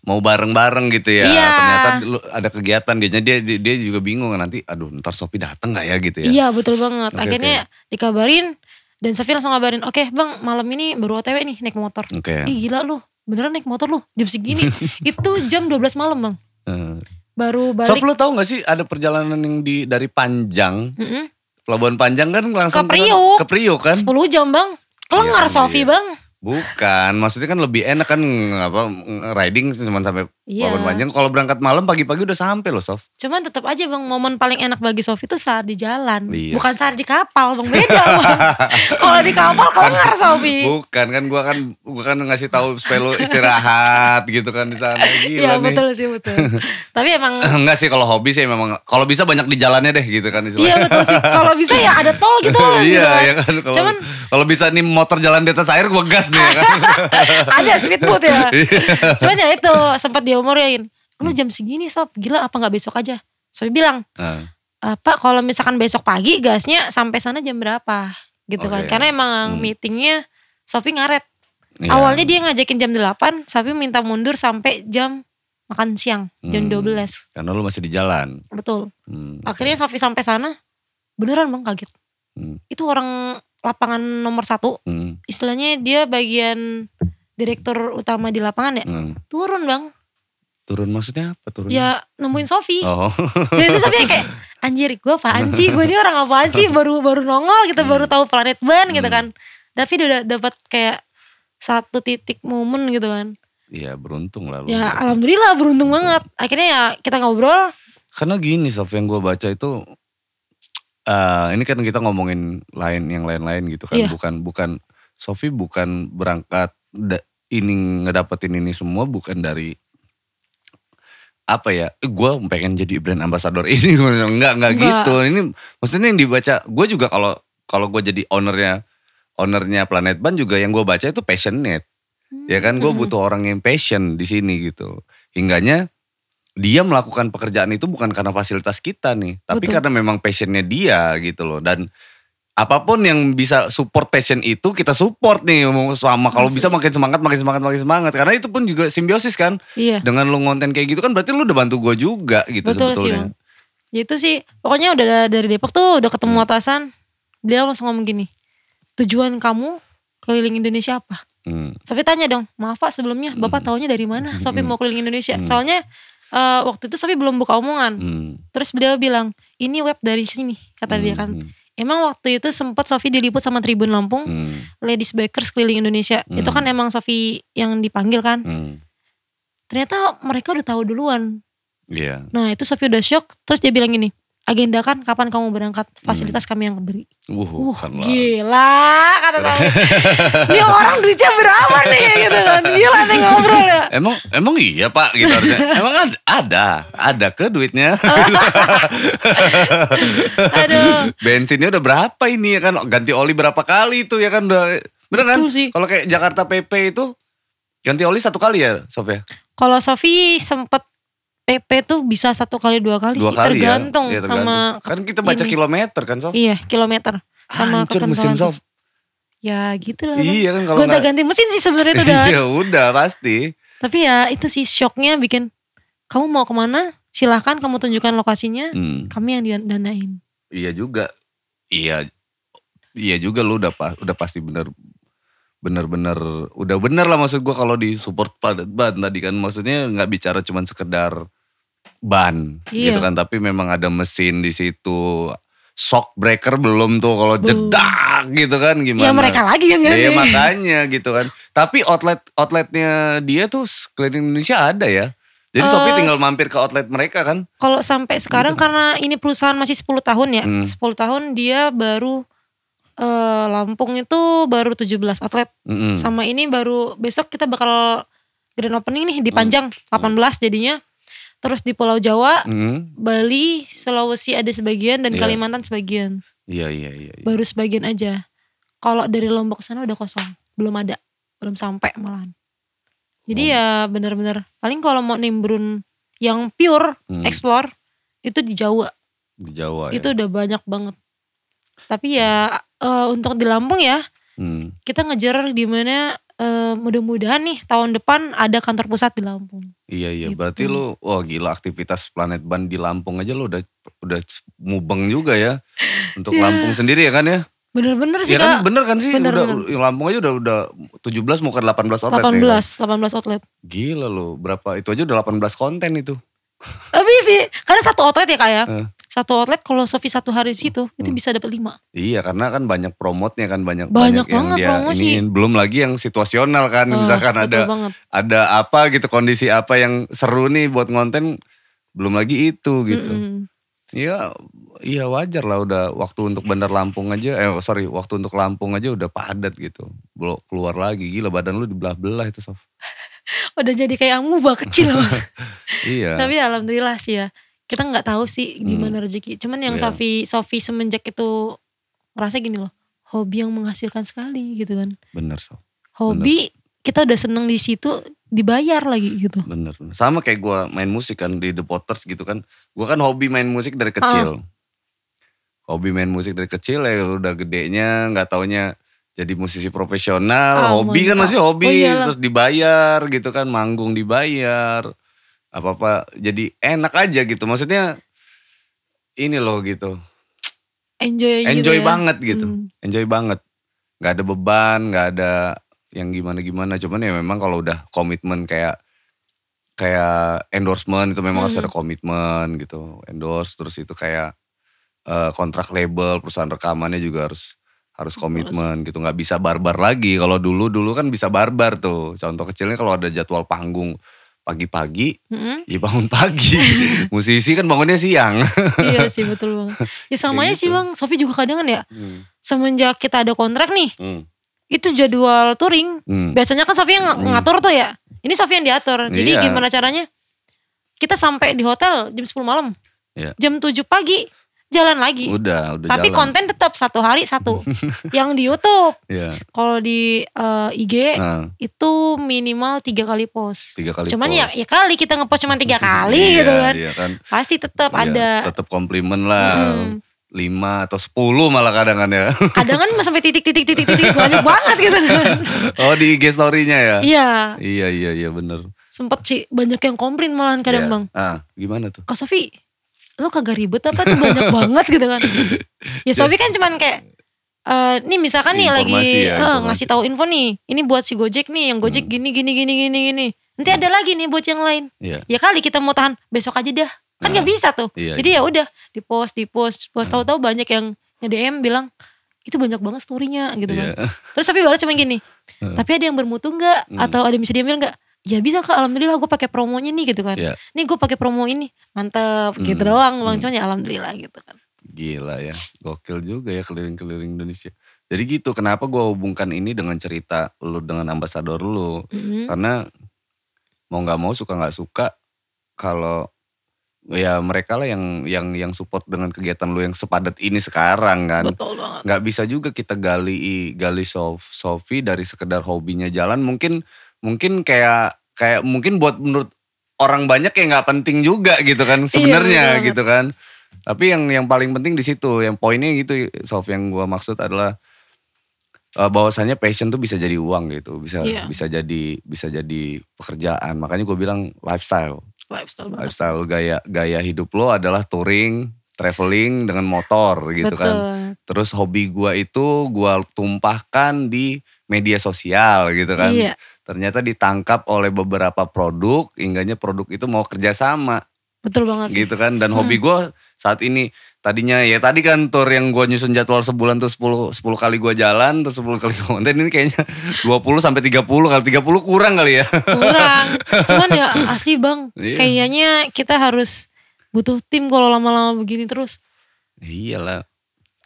mau bareng-bareng gitu ya. Iya. Ternyata lu- ada kegiatan dia dia dia- dia juga bingung nanti aduh ntar Sopi dateng gak ya gitu ya. Iya betul banget. Oke, Akhirnya dikabarin dan Safi langsung ngabarin, oke bang malam ini baru otw nih naik motor. Oke. Ih gila lu, beneran naik motor lu jam segini. Itu jam 12 malam bang, Hmm. baru Sof balik. lu tau gak sih ada perjalanan yang di dari Panjang Mm-mm. Pelabuhan Panjang kan langsung Ke kan- Priuk. ke Priuk kan? 10 jam bang, kelengar Iya, Sofi iya. bang. Bukan, maksudnya kan lebih enak kan ng- apa ng- riding cuma sampai Iya. Pelabuhan Panjang. Kalau berangkat malam pagi-pagi udah sampai loh, Sof. Cuman tetap aja bang momen paling enak bagi Sofi itu saat di jalan, Iya. bukan saat di kapal bang beda bang. Kalau di kapal kelengar Sofi. Bukan kan gua kan gua kan ngasih tahu supaya lu istirahat gitu kan di sana gila Iya nih. betul sih betul. Tapi emang Enggak sih kalau hobi sih memang kalau bisa banyak di jalannya deh gitu kan iya istilahnya. betul sih. Kalau bisa ya ada tol gitu. lah, gitu iya, kan. iya kan. Kalau Cuman kalau bisa nih motor jalan di atas air gua gas nih ya kan. ada speedboat ya. Iya. Cuman ya itu sempat diomorin. Lu jam segini sob, gila apa nggak besok aja? Sobi bilang, Nah, "Eh, Pak kalau misalkan besok pagi gasnya sampai sana jam berapa? Gitu Oke. kan. Karena Hmm. emang meetingnya Sofi ngaret. iya. Awalnya dia ngajakin jam 8, Sofi minta mundur sampai jam makan siang, jam Hmm. 12. karena lu masih di jalan. Betul. Hmm. Akhirnya Sofi sampai sana, beneran bang kaget. Hmm. Itu orang lapangan nomor satu, Hmm. istilahnya dia bagian direktur utama di lapangan ya. Hmm. Turun bang, Turun maksudnya apa turun? ya nemuin Sofi Oh. dan itu Sofi kayak anjir gue apaan sih gue ini orang apaan sih baru baru nongol Hmm. gitu baru tahu planet ban gitu kan tapi dia udah dapat kayak satu titik momen gitu kan Iya beruntung lah lu. ya alhamdulillah beruntung banget akhirnya ya kita ngobrol Karena gini Sof yang gue baca itu eh ini kan kita ngomongin lain yang lain-lain gitu kan. Iya. Bukan bukan Sofi bukan berangkat da- ini ngedapetin ini semua bukan dari apa ya gue pengen jadi brand ambassador ini enggak enggak Enggak. gitu ini maksudnya yang dibaca gue juga kalau kalau gue jadi ownernya ownernya Planet Ban juga yang gue baca itu passionate. Ya kan gue butuh orang yang passion di sini gitu. Hingganya dia melakukan pekerjaan itu bukan karena fasilitas kita nih, tapi Betul. karena memang passionnya dia gitu loh. Dan apapun yang bisa support passion itu kita support nih mau sama kalau bisa makin semangat makin semangat makin semangat karena itu pun juga simbiosis kan. Iya. Dengan lu ngonten kayak gitu kan berarti lu udah bantu gue juga gitu Betul sih. sebetulnya. Bang. Ya Itu sih pokoknya udah dari Depok tuh udah Hmm. ketemu atasan. Beliau langsung ngomong gini. Tujuan kamu keliling Indonesia apa? Hmm. Sofi tanya dong, maaf Pak sebelumnya Bapak taunya dari mana? Sofi mau keliling Indonesia. Soalnya eh, waktu itu Sofi belum buka omongan. Hmm. Terus beliau bilang, ini web dari sini, kata dia kan. Emang waktu itu sempat Sofi diliput sama Tribun Lampung, Hmm. Ladies Bakers keliling Indonesia. Itu kan emang Sofi yang dipanggil kan. Hmm. Ternyata mereka udah tahu duluan. Iya. Nah itu Sofi udah shock, terus dia bilang gini, agenda kan kapan kamu berangkat, fasilitas kami yang beri. Wuh, Wah Hmm. kan lah. gila kata Sofi. ini orang duitnya berapa nih gitu kan. Gila nih ngobrol ya. Emang emang iya pak gitu harusnya. Emang ad- ada, ada ke duitnya. Ah. Aduh. Bensinnya udah berapa ini ya kan? Ganti oli berapa kali itu ya kan udah. Bener kan? Betul sih. Kalau kayak Jakarta PP itu ganti oli satu kali ya Sof ya? Kalau Sofi sempet PP tuh bisa satu kali dua kali Dua sih kali ya? tergantung, Iya, sama kan kita baca ini. kilometer kan Sof? iya kilometer sama Hancur kekentulan mesin tuh. Sof. Ya gitu lah. Iya kan kalau Gonta nggak- ganti mesin sih sebenarnya itu udah. Iya udah pasti. Tapi ya itu sih shocknya bikin kamu mau kemana? Silahkan kamu tunjukkan lokasinya. Hmm, Kami yang didanain. iya juga. Iya. Iya juga lu udah pa- udah pasti bener bener-bener udah bener lah maksud gua kalau di support padat ban tadi kan maksudnya nggak bicara cuman sekedar ban Iya. gitu kan tapi memang ada mesin di situ shock breaker belum tuh kalau jedak gitu kan gimana Ya mereka lagi yang Iya, ganti. makanya gitu kan tapi outlet outletnya dia tuh keliling Indonesia ada ya jadi Eh, Sophie tinggal mampir ke outlet mereka kan Kalau sampai sekarang karena ini perusahaan masih 10 tahun ya. Hmm. 10 tahun dia baru eh, Lampung itu baru 17 outlet. Mm-mm. Sama ini baru besok kita bakal grand opening nih di Panjang 18 jadinya. Terus di Pulau Jawa, Mm. Bali, Sulawesi ada sebagian dan Iya. Kalimantan sebagian. iya iya iya iya. Baru sebagian aja. Kalau dari Lombok sana udah kosong, belum ada, belum sampai malahan. Jadi ya bener-bener paling kalau mau nimbrun yang pure explore itu di Jawa di Jawa ya itu udah banyak banget. Tapi ya eh, untuk di Lampung ya Mm. kita ngejar di mana eh, mudah-mudahan nih tahun depan ada kantor pusat di Lampung. Iya Gitu. iya, berarti lu wah gila aktivitas planet ban di Lampung aja lu udah udah mubeng juga ya. Untuk Lampung sendiri ya kan ya? Bener-bener Iya. sih Iya kan kak. bener kan sih? bener, udah Lampung aja udah udah 17 mau ke 18 outlet nih, 18, kan? 18 outlet. Gila lu, berapa itu aja udah 18 konten itu. Tapi sih karena satu outlet ya kak ya. Eh. Hmm. Satu outlet kalau Sofi satu hari di situ itu bisa dapat lima. Iya karena kan banyak promotnya kan banyak Banyak banget yang dia promosi. iniin. belum lagi yang situasional kan Eh, misalkan betul ada banget. ada apa gitu kondisi apa yang seru nih buat konten belum lagi itu gitu. Mm. Iya, iya wajar lah udah waktu untuk Bandar Lampung aja, eh sorry waktu untuk Lampung aja udah padat gitu. Belum keluar lagi, gila badan lu dibelah-belah itu Sof. Udah jadi kayak amuba kecil. Iya, Tapi alhamdulillah sih ya. Kita nggak tahu sih gimana rezeki. Cuman yang Iya. Sofi Sofi semenjak itu merasa gini loh. Hobi yang menghasilkan sekali gitu kan. bener Sof, Hobi kita udah seneng di situ dibayar lagi gitu. bener. bener. Sama kayak gua main musik kan di The Potters gitu kan. Gua kan hobi main musik Ah. dari kecil. Hobi main musik dari kecil ya udah gedenya nggak taunya jadi musisi profesional. Oh hobi my kan God. masih hobi, Oh iyalah. terus dibayar gitu kan, manggung dibayar. Apa-apa jadi enak aja gitu. Maksudnya ini loh gitu. Enjoy, gitu Enjoy ya. banget gitu. Hmm. Enjoy banget. nggak ada beban, nggak ada yang gimana-gimana. Cuman ya memang kalau udah komitmen kayak kayak endorsement itu memang harus Hmm. ada komitmen gitu. Endorse terus itu kayak eh, kontrak label, perusahaan rekamannya juga harus harus komitmen gitu nggak bisa barbar lagi kalau dulu dulu kan bisa barbar tuh contoh kecilnya kalau ada jadwal panggung pagi-pagi Mm-mm. ya bangun pagi musisi kan bangunnya siang iya sih betul banget. Ya sama gitu. aja sih bang, Sofi juga kadang kan ya. Semenjak kita ada kontrak nih, Hmm. itu jadwal touring. Hmm. Biasanya kan Sofi yang ng- ngatur tuh ya. Ini Sofi yang diatur. Jadi Iya. gimana caranya? Kita sampai di hotel jam 10 malam. Iya. Jam 7 pagi jalan lagi. Udah, udah Iya. Tapi jalan. konten tetap satu hari satu. yang di YouTube, Iya. kalau di eh, IG Nah, itu minimal tiga kali post. tiga kali cuman post. ya, ya kali kita ngepost cuman tiga kali Iya, gitu kan. Iya kan. Pasti tetap Iya, ada. tetap komplimen lah. Mm. Lima atau sepuluh malah kadang kan ya. Kadang kan sampai titik-titik-titik-titik banyak banget gitu kan. oh di IG story-nya ya. Iya, Iya iya iya bener. sempet sih banyak yang komplain malahan kadang Iya. bang. Ah, gimana tuh? Kak Sofi, lu kagak ribet apa tuh banyak banget gitu kan. Iya. Ya Sofi kan cuman kayak, eh nih misalkan nih Informasi ya, lagi eh, informasi. Hmm. ngasih tahu info nih, ini buat si Gojek nih, yang Gojek gini gini gini gini gini. Nanti ada lagi nih buat yang lain. Iya. Ya kali kita mau tahan besok aja dah. Kan nggak bisa tuh. Iya, Hmm. Jadi ya udah di post di post, post tahu-tahu banyak yang nge-DM bilang itu banyak banget story-nya gitu Iya. kan. Terus tapi balas cuma gini. Tapi ada yang bermutu nggak? Hmm. Atau ada yang bisa diambil nggak? Ya bisa kak, alhamdulillah gue pakai promonya nih gitu kan. Iya. Hmm. Nih gue pakai promo ini, mantep gitu doang bang. Cuman ya alhamdulillah gitu kan. Gila ya, gokil juga ya keliling-keliling Indonesia. Jadi gitu, kenapa gua hubungkan ini dengan cerita lu dengan ambasador lu. Mhm. Karena mau nggak mau suka nggak suka kalau ya mereka lah yang yang yang support dengan kegiatan lu yang sepadat ini sekarang kan. Betul banget. nggak bisa juga kita gali gali Sof- Sofi dari sekedar hobinya jalan mungkin mungkin kayak kayak mungkin buat menurut orang banyak ya nggak penting juga gitu kan Iya, sebenarnya betul gitu kan tapi yang yang paling penting di situ yang poinnya gitu Sof yang gua maksud adalah eh, bahwasannya passion tuh bisa jadi uang gitu bisa Iya. bisa jadi bisa jadi pekerjaan makanya gue bilang lifestyle Lifestyle banget. lifestyle gaya gaya hidup lo adalah touring traveling dengan motor gitu Betul. kan Terus hobi gua itu gua tumpahkan di media sosial gitu kan. Iya. Ternyata ditangkap oleh beberapa produk, hingganya produk itu mau kerjasama Betul banget sih. gitu kan. Hmm. Dan hobi gua saat ini tadinya ya tadi kan tour yang gua nyusun jadwal sebulan tuh 10, 10 kali gua jalan terus 10 kali gua konten ini kayaknya 20 sampai 30 kali 30 kurang kali ya. Kurang. Cuman ya asli bang, Iya. kayaknya kita harus butuh tim kalau lama-lama begini terus. Iyalah.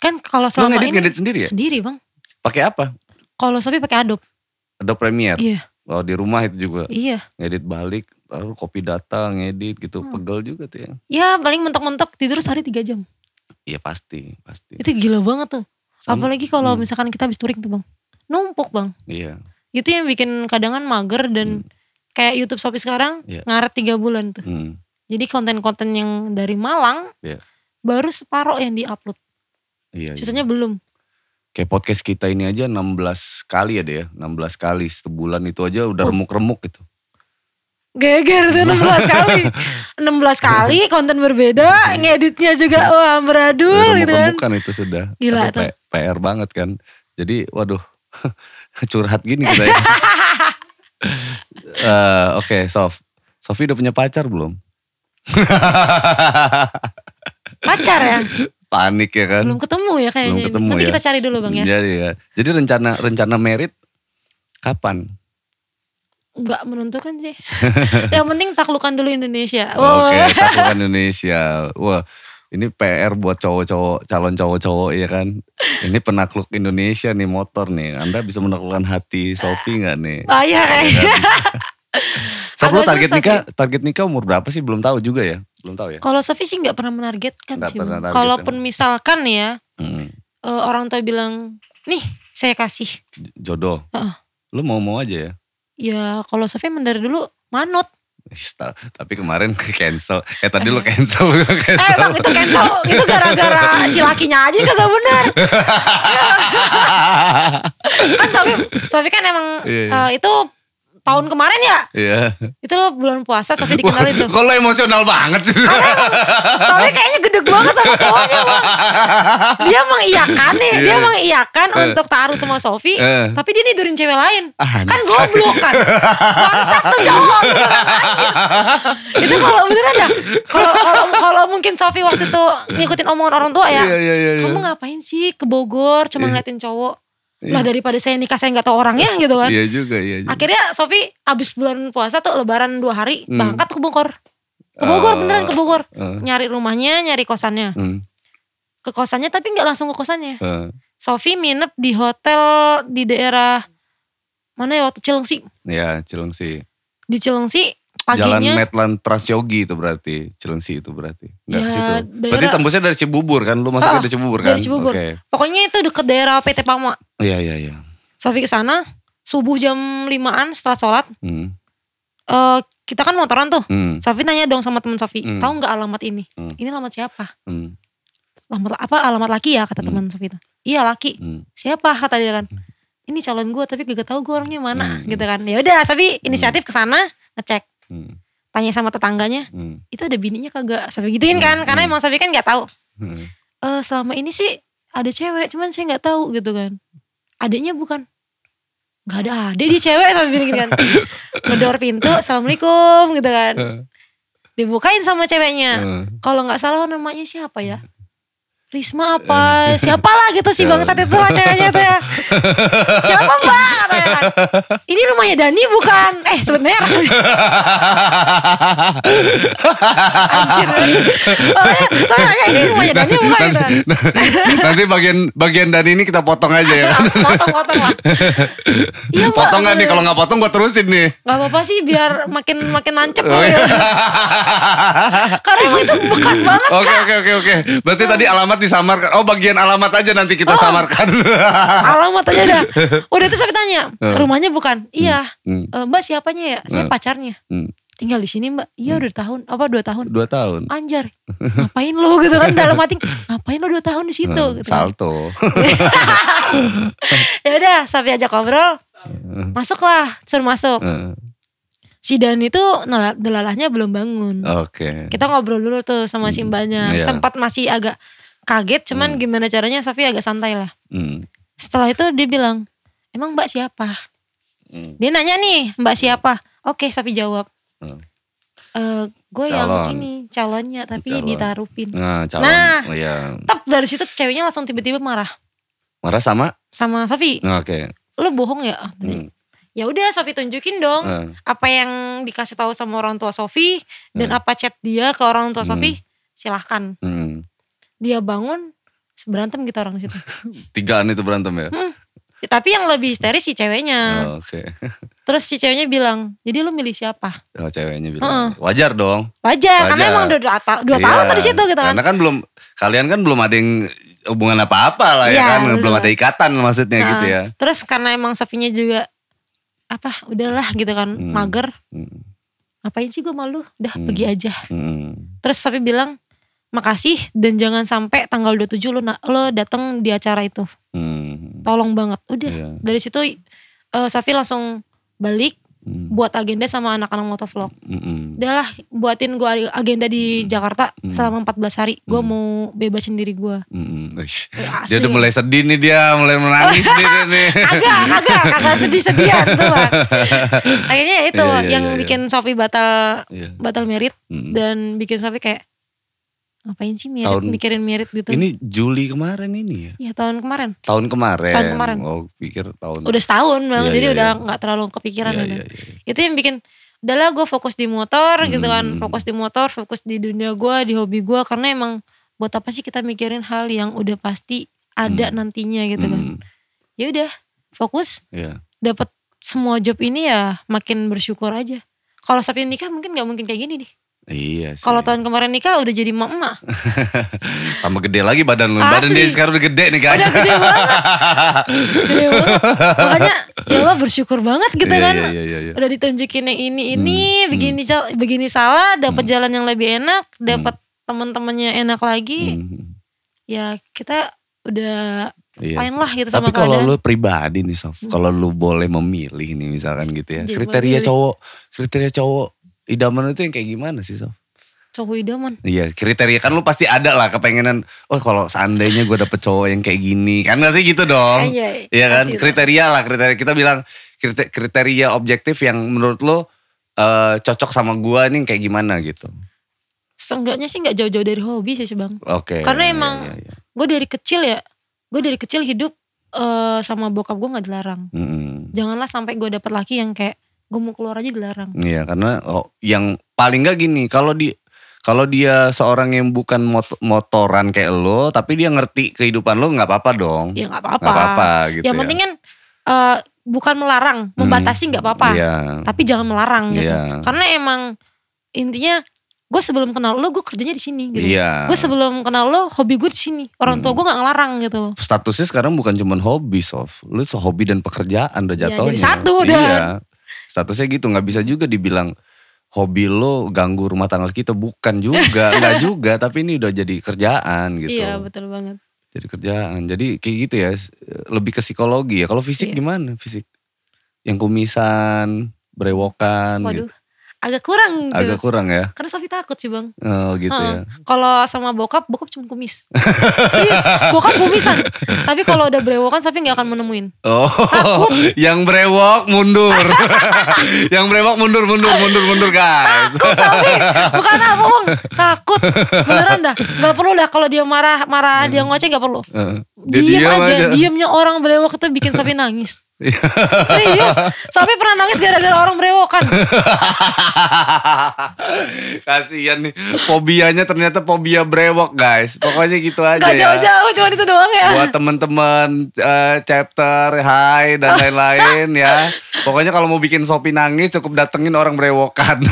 Kan Lu kalau selama ini ngedit-ngedit sendiri ya? sendiri bang. Pakai apa? Kalau Sofi pakai Adobe. Adobe Premiere. Iya, Oh, di rumah itu juga iya. ngedit balik, lalu copy data, ngedit gitu, pegel juga tuh ya. Ya paling mentok-mentok tidur sehari 3 jam. Iya pasti, pasti. Itu gila banget tuh. Sama. Hmm. Apalagi kalau misalkan kita habis touring tuh bang. Numpuk bang. Iya, Itu yang bikin kadangan mager dan kayak YouTube Shopee sekarang Hmm. Iya. ngaret 3 bulan tuh. hmm, Jadi konten-konten yang dari Malang Iya. baru separoh yang di-upload. iya. iya. Sisanya belum. Kayak podcast kita ini aja 16 kali ya deh ya, 16 kali sebulan itu aja udah remuk-remuk gitu. Geger tuh 16 kali. 16 kali konten Iya. berbeda, ngeditnya juga wah beradul gitu kan. Remuk-remukan itu sudah. Gila Aduh, P- PR banget kan. Jadi waduh, curhat gini kita ya. Eh, Oke, Sof. Sofi udah punya pacar belum? Pacar ya. Panik ya kan? Belum ketemu ya kayaknya. ini. ketemu Nanti ya. kita cari dulu Bang ya. Jadi, ya. Jadi rencana rencana merit kapan? nggak menentukan sih. yang penting taklukan dulu Indonesia. Oke, Wah, taklukan Indonesia. Wah, ini PR buat cowok-cowok, calon cowok-cowok ya kan. Ini penakluk Indonesia nih motor nih. Anda bisa menaklukkan hati Sofi nggak nih? Bahaya iya kayaknya. Sof, lu Agak target susah nikah, target nikah umur berapa sih? Belum tahu juga ya? Belum tahu ya? Kalau Sofi sih nggak pernah menargetkan Nggak sih. pernah Bang. target, Kalaupun misalkan ya Hmm, eh, orang tua bilang, nih saya kasih. j- jodoh. Heeh. Lu mau-mau aja ya? Ya kalau Sofi mendar dulu manut. Ih, ta- Tapi kemarin ke cancel. Eh tadi lu cancel, lu cancel. Eh bang itu cancel, itu gara-gara si lakinya aja yang kagak benar. Kan Sofi, Sofi kan emang Iya, iya. eh, itu tahun kemarin ya. Iya. Itu loh bulan puasa Sofi dikenalin tuh. ya? Kalau emosional banget sih. Soalnya kayaknya gede banget sama cowoknya Bang. Dia mengiyakan nih Dia mengiyakan untuk taruh sama Sofi Iya. Eh. Ah, Tapi dia nidurin cewek lain Anjay. Kan goblok kan Bangsat tuh cowok gitu kan, anjir. Itu kalau beneran dah Kalau kalau kalau mungkin Sofi waktu itu Ngikutin omongan orang tua ya Iya, iya, iya, iya. Kamu ngapain sih ke Bogor Cuma ngeliatin cowok Lah daripada saya nikah saya gak tahu orangnya gitu kan Iya juga, iya juga. Akhirnya Sofi abis bulan puasa tuh lebaran dua hari Hmm. Berangkat ke Bogor Ke Bogor Oh. beneran ke Bogor Eh. Nyari rumahnya nyari kosannya Hmm, ke kosannya tapi nggak langsung ke kosannya. eh, Sofi nginep di hotel di daerah mana ya waktu Cilengsi. Ya, cileng sih. Di Cilengsi Jalan paginya Medland Transyogi itu berarti, Cilengsi itu berarti. Enggak Ya, ke situ. Berarti daerah- tembusnya dari Cibubur kan, lu masuk Oh, dari Cibubur kan? dari Cibubur. Oke. Pokoknya itu deket daerah PT Pama. Iya, iya, iya. Sofi ke sana subuh jam 5-an setelah sholat. Hmm. eh, kita kan motoran tuh. Hmm. Sofi nanya dong sama teman Sofi, Hmm. tahu nggak alamat ini? Hmm. Ini alamat siapa? Hmm. Alamat apa? Alamat laki ya kata Hmm. teman Sofi itu. Iya laki. Hmm. Siapa kata dia kan? Ini calon gue tapi gak tahu gue orangnya mana Hmm. gitu kan. Ya udah Sofi inisiatif ke sana ngecek. Hmm. Tanya sama tetangganya, Hmm. itu ada bininya kagak? Sofi gituin kan? Hmm. Karena emang Sofi kan nggak tahu. Hmm. Eh selama ini sih ada cewek cuman saya nggak tahu gitu kan adiknya bukan nggak ada adik dia cewek sama bilang gitu kan ngedor pintu assalamualaikum gitu kan dibukain sama ceweknya Hmm. kalau nggak salah namanya siapa ya Risma apa siapalah gitu sih bangsat itu lah ceweknya tuh ya siapa mbak katanya kan. ini rumahnya Dani bukan eh sebut merah Anjir. Soalnya, soalnya nanya, ini rumahnya Dani bukan gitu. kan. Nanti bagian bagian dan ini kita potong aja ya. Potong-potong lah. Iya, Mbak. potong nggak nih? Kalau nggak potong gua terusin nih. Gak apa-apa sih biar makin makin nancep Oh, kali iya. ya. Karena emang itu bekas banget Oke kak. Hmm. oke oke oke. Berarti tadi alamat disamarkan. Oh bagian alamat aja nanti Oh. kita samarkan. Alamat aja dah. Udah terus saya tanya, rumahnya bukan? Iya. Hmm. "Eh, mbak siapanya ya? Saya pacarnya. Hmm, Tinggal di sini mbak. Iya udah tahun. Apa dua tahun? Dua tahun. Anjar. Ngapain lu gitu kan dalam hati. Ngapain lu dua tahun di situ? Nah, gitu Hmm, kan. Salto. ya udah, sampai ajak ngobrol. Masuklah, suruh masuk. Iya. Hmm, Si Dani tuh nela- delalahnya belum bangun. Oke. kita ngobrol dulu tuh sama si mbaknya Oh. Iya. sempat masih agak kaget cuman gimana caranya Sofi agak santai lah Hmm, setelah itu dia bilang emang mbak siapa Hmm. dia nanya nih mbak siapa oke Sofi jawab Hmm. "Eh, gue yang Calon. ini calonnya tapi Calon. ditarupin Nah calon. Nah. Oh, iya. tep dari situ ceweknya langsung tiba-tiba marah Marah sama? sama Sofi Oke. lu bohong ya Hmm. ya udah Sofi tunjukin dong Hmm. apa yang dikasih tahu sama orang tua Sofi dan apa chat dia ke orang tua Sofi silahkan Hmm. dia bangun berantem gitu orang di situ Tigaan itu berantem ya. Ya, Tapi yang lebih histeris si ceweknya. Oh, Oke. Terus si ceweknya bilang, jadi lu milih siapa? Oh, ceweknya bilang wajar dong. Wajar, karena Wajar. emang udah dua, ta- dua Iya, tahun tuh di situ gitu kan. Karena kan belum kalian kan belum ada yang hubungan apa-apa lah ya Iya, kan, belum betul. ada ikatan maksudnya Nah, gitu ya. Terus karena emang Sofinya juga, apa udahlah gitu kan, Hmm. mager. Hmm, Ngapain sih gue malu, udah Hmm. pergi aja. hmm, Terus Sofi bilang, makasih dan jangan sampai tanggal 27 lo, na- lo datang di acara itu. hmm, Tolong banget. Udah, iya, dari situ eh, Sofi langsung balik hmm, buat agenda sama anak-anak motovlog. hmm, hmm. udahlah buatin gua agenda di Jakarta selama 14 hari gua mau bebasin diri gua Hmm, wih. Eh, Dia asli. udah mulai sedih nih dia, mulai menangis nih dia nih. kagak kagak kagak sedih sedihan tuh Bang. akhirnya ya itu Iya, iya, yang iya, iya. bikin Sofi batal Iya. batal merit Mm. dan bikin Sofi kayak ngapain sih merit Tahun- mikirin merit gitu Ini Juli kemarin ini ya. ya tahun kemarin Tahun kemarin. Tahun kemarin. Oh, pikir tahun. udah ya? setahun Bang. Iya, jadi iya, udah iya. nggak terlalu kepikiran Iya, udah. iya, iya. itu yang bikin udahlah gue fokus di motor gitu kan Hmm. fokus di motor fokus di dunia gua di hobi gua karena emang buat apa sih kita mikirin hal yang udah pasti ada nantinya gitu Hmm, kan ya udah fokus iya. dapat semua job ini ya makin bersyukur aja kalau sampai nikah mungkin nggak mungkin kayak gini nih Iya sih. kalau tahun kemarin nikah udah jadi emak emak tambah gede lagi badan lu. Badan Asli. dia sekarang udah gede nih guys. udah gede banget gede banget makanya ya Allah bersyukur banget gitu Iya, kan iya, iya, iya, iya. udah ditunjukin yang ini Hmm, ini begini cal- begini salah dapat jalan yang lebih enak dapat teman-temannya enak lagi Hmm. ya kita udah Iya fine sih. lah gitu Tapi sama kalau keadaan lu pribadi nih Sof, kalau lu boleh memilih nih misalkan gitu ya. Jadi kriteria memilih. cowok, kriteria cowok idaman itu yang kayak gimana sih Sof? cowok idaman Iya, kriteria kan lu pasti ada lah kepengenan. Oh, kalau seandainya gue dapet cowok yang kayak gini, kan gak sih gitu dong? Iya, iya. Iya kan? Pasti lah. Kriteria lah, kriteria kita bilang krite- kriteria objektif yang menurut lu eh, cocok sama gua nih kayak gimana gitu. seenggaknya sih nggak jauh-jauh dari hobi sih sih, bang Oke. Karena iya, emang- iya, iya. gue dari kecil ya gue dari kecil hidup eh, sama bokap gue nggak dilarang Mm-mm. janganlah sampai gue dapet laki yang kayak gue mau keluar aja dilarang Iya karena oh, yang paling gak gini kalau di kalau dia seorang yang bukan mot- motoran kayak lo tapi dia ngerti kehidupan lo nggak apa-apa dong. ya nggak Nggak apa-apa apa-apa gitu ya. yang Hmm, penting kan eh, bukan melarang, membatasi nggak apa-apa, Iya. tapi jangan melarang gitu. Iya. Karena emang intinya gue sebelum kenal lo gue kerjanya di sini gitu. Iya. Hmm. Gue sebelum kenal lo hobi gue di sini. Orang tua gue nggak ngelarang gitu loh. Statusnya sekarang bukan cuman hobi, Sof. Lu hobi dan pekerjaan udah Iya, jadi jatuhnya. satu Iya. dan- Statusnya gitu, nggak bisa juga dibilang hobi lo ganggu rumah tangga kita. Bukan juga, nggak juga. Tapi ini udah jadi kerjaan gitu. Iya betul banget. Jadi kerjaan. Jadi kayak gitu ya, s- lebih ke psikologi ya. Kalau fisik Iya. gimana fisik? Yang kumisan, berewokan gitu. Waduh, agak kurang gitu. Agak kurang ya. Karena Sofi takut sih bang. Oh gitu ya. Heeh. Kalau sama bokap, bokap cuma kumis. Serius, bokap kumisan. Tapi kalau udah berewokan, Sofi nggak akan menemuin. Oh, yang brewok mundur. yang brewok mundur, mundur, mundur, mundur guys. Takut Sofi, bukan apa bang. Takut, beneran dah. Nggak perlu lah kalau dia marah, marah dia Hmm. ngoceh nggak perlu. Heeh. Diam, aja, diamnya orang berewok itu bikin Sofi nangis. Serius, Sofi pernah nangis gara-gara orang berewokan. ya. Kasihan nih, fobianya ternyata fobia brewok guys. Pokoknya gitu aja Gak ya. jauh-jauh, cuma itu doang ya. Buat temen-temen eh, chapter, hai dan lain-lain ya. Pokoknya kalau mau bikin Sopi nangis cukup datengin orang brewokan.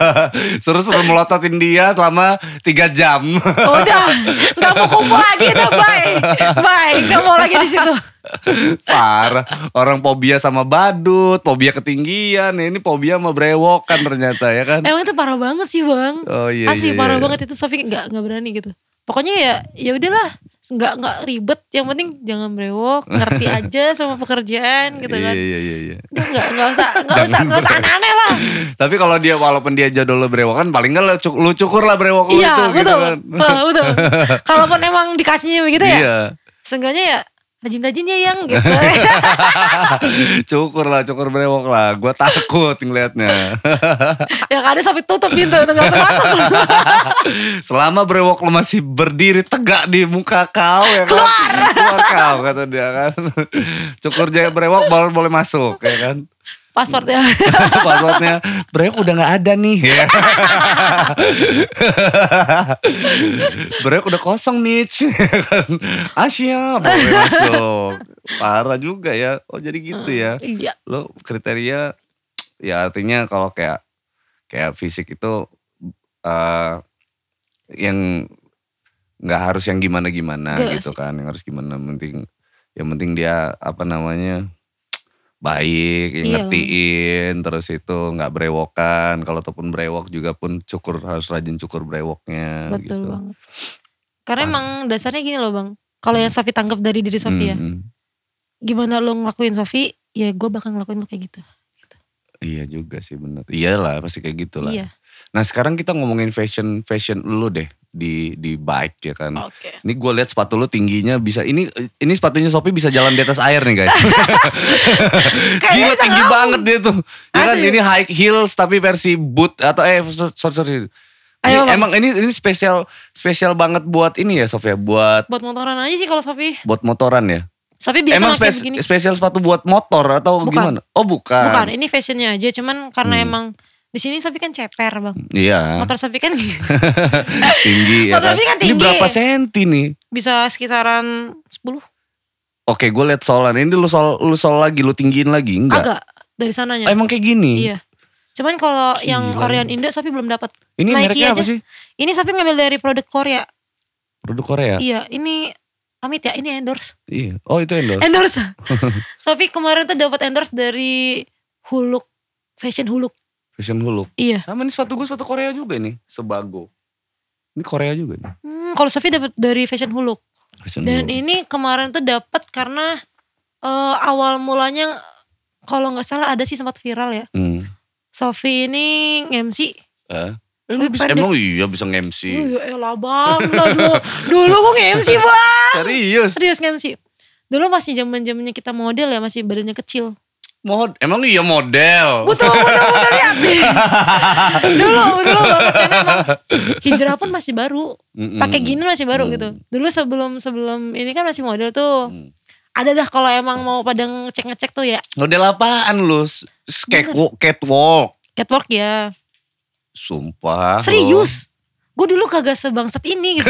Suruh-suruh melototin dia selama 3 jam. Udah, nggak mau kumpul lagi, udah bye, bye, nggak mau lagi di situ. Parah. Orang fobia sama badut, fobia ketinggian. Ini fobia sama brewokan ternyata ya kan. Emang itu parah banget sih bang. Oh, iya, Asli iya, parah iya. banget itu Sofi nggak nggak berani gitu. Pokoknya ya ya udahlah, nggak nggak ribet. Yang penting jangan brewok, ngerti aja sama pekerjaan gitu Iya kan. iya iya iya. Udah, Nggak nggak usah nggak usah nggak usah aneh-aneh lah. Tapi kalau dia walaupun dia jodoh lo brewokan, paling enggak lo, cuk- lu cukur lah brewok lu Iya itu gitu betul, kan. Heeh, betul. Kalaupun emang dikasihnya begitu ya, Iya. seenggaknya ya rajin-rajin ya yang gitu. cukur lah, cukur brewok lah. Gua takut ngelihatnya. yang Ya, ada Sofi tutup pintu itu nggak usah masuk. Selama brewok lo masih berdiri tegak di muka kau ya kan. Keluar. Keluar kau kata dia kan. Cukur jaya brewok baru boleh masuk ya kan. Passwordnya. Passwordnya brewok udah nggak ada nih. Ya. brewok udah kosong nih. ya kan. Asia boleh masuk. Parah juga ya. Oh jadi gitu ya. Iya. lo kriteria ya artinya kalau kayak kayak fisik itu eh, yang nggak harus yang gimana gimana Nggak gitu kan yang harus gimana penting yang penting dia apa namanya baik yang Iya. ngertiin terus itu nggak brewokan kalau ataupun brewok juga pun cukur harus rajin cukur brewoknya Betul gitu. banget. Karena emang dasarnya gini loh bang. Kalau yang Hmm. Sofi tangkap dari diri Sofi ya. Mm, mm. Gimana lo ngelakuin Sofi. Ya gue bakal ngelakuin lo kayak gitu. iya juga sih bener iyalah pasti kayak gitulah Iya. nah sekarang kita ngomongin fashion fashion lu deh di di bike ya kan Oke. Ini gue lihat sepatu lu tingginya bisa ini ini sepatunya Sopi bisa jalan di atas air nih guys. Kayaknya Gila bisa tinggi ngelawan. banget dia tuh. Ya kan Asli. ini high heels tapi versi boot atau eh so- sorry sorry. Ini Ayo, Bang. emang ini ini spesial spesial banget buat ini ya Sofia buat Buat motoran aja sih kalau Sofi. buat motoran ya. Sofi biasa emang pakai spes- begini. spesial sepatu buat motor atau Bukan. gimana? Oh bukan. Bukan ini fashionnya aja. Cuman karena Hmm. emang di sini Sofi kan ceper bang. Iya. Motor Sofi kan tinggi ya Motor kan. Sophie kan Ini tinggi. berapa senti nih? bisa sekitaran 10. Oke, gue liat solan. Ini lu sol lu sol lagi, lu tinggiin lagi enggak? Oh, Agak dari sananya. Emang kayak gini. Iya. Cuman kalau yang Orient Indo Sofi belum dapat. Ini mereknya apa sih? Ini Sofi ngambil dari produk Korea. Produk Korea. Iya, ini Amit ya, ini endorse. Iya. Oh itu endorse. Endorse. Sofi kemarin tuh dapat endorse dari Huluk, fashion Huluk. Fashion Huluk. Iya. Sama nih sepatu gue sepatu Korea juga nih. Sebago. Ini Korea juga nih. Hmm, kalau Sofi dapat dari fashion Huluk. Fashion Dan Huluk. ini kemarin tuh dapat karena eh, awal mulanya kalau nggak salah ada sih sempat viral ya. Hmm. Sofi ini MC. Eh? Lebih Bisa, pendek. emang iya bisa nge-MC. Oh, ya elah bang, lah dulu, dulu gue nge-MC bang. Serius. Serius nge-MC. Dulu masih zaman zamannya kita model ya, masih badannya kecil. Mod, emang iya model. butuh butuh butuh lihat nih dulu dulu banget karena emang hijrah pun masih baru Mm-mm. pakai gini masih baru gitu dulu sebelum sebelum ini kan masih model tuh ada dah kalau emang mau pada ngecek ngecek tuh ya Model apaan lu? S- Catwalk. catwalk. catwalk ya Sumpah. lu. Ah. serius gue dulu kagak sebangsat ini gitu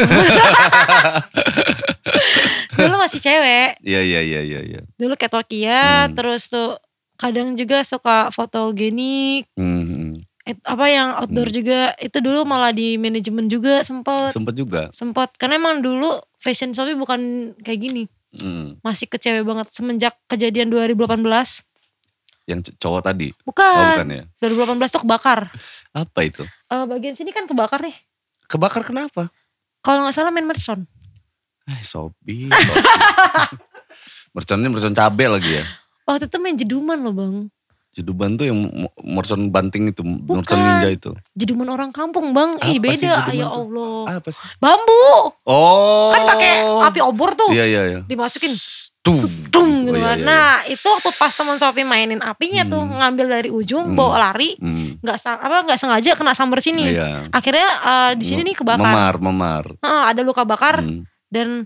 dulu masih cewek Iya iya iya iya. iya. dulu kayak Tokia Hmm. terus tuh kadang juga suka fotogenik Hmm, hmm. et- apa yang outdoor juga itu dulu malah di manajemen juga sempet Sempet juga. sempet karena emang dulu fashion shopnya bukan kayak gini Hmm. masih ke cewek banget semenjak kejadian 2018 Yang c- cowok tadi. Oh bukan, bukan ya. 2018 tuh kebakar Apa itu? Eh, bagian sini kan kebakar nih Kebakar kenapa? kalau nggak salah main mercon Eh sobi. merconnya mercon cabe lagi ya. waktu itu main jeduman loh bang Jeduban tuh yang mo- mercon banting itu, mercon Bukan. ninja itu. jeduman orang kampung bang Apa sih ih beda jeduman ya tuh? allah Apa sih? bambu Oh. kan pakai api obor tuh Iya iya iya. dimasukin Tung. dung gitu Oh, iya, kan. iya, Nah itu waktu pas teman Sofi mainin apinya tuh ngambil dari ujung bawa lari Hmm. nggak sang- apa nggak sengaja kena sambar sini. Iya. Akhirnya eh, di sini nih kebakar, Memar, memar. Heeh, ada luka bakar Hmm. dan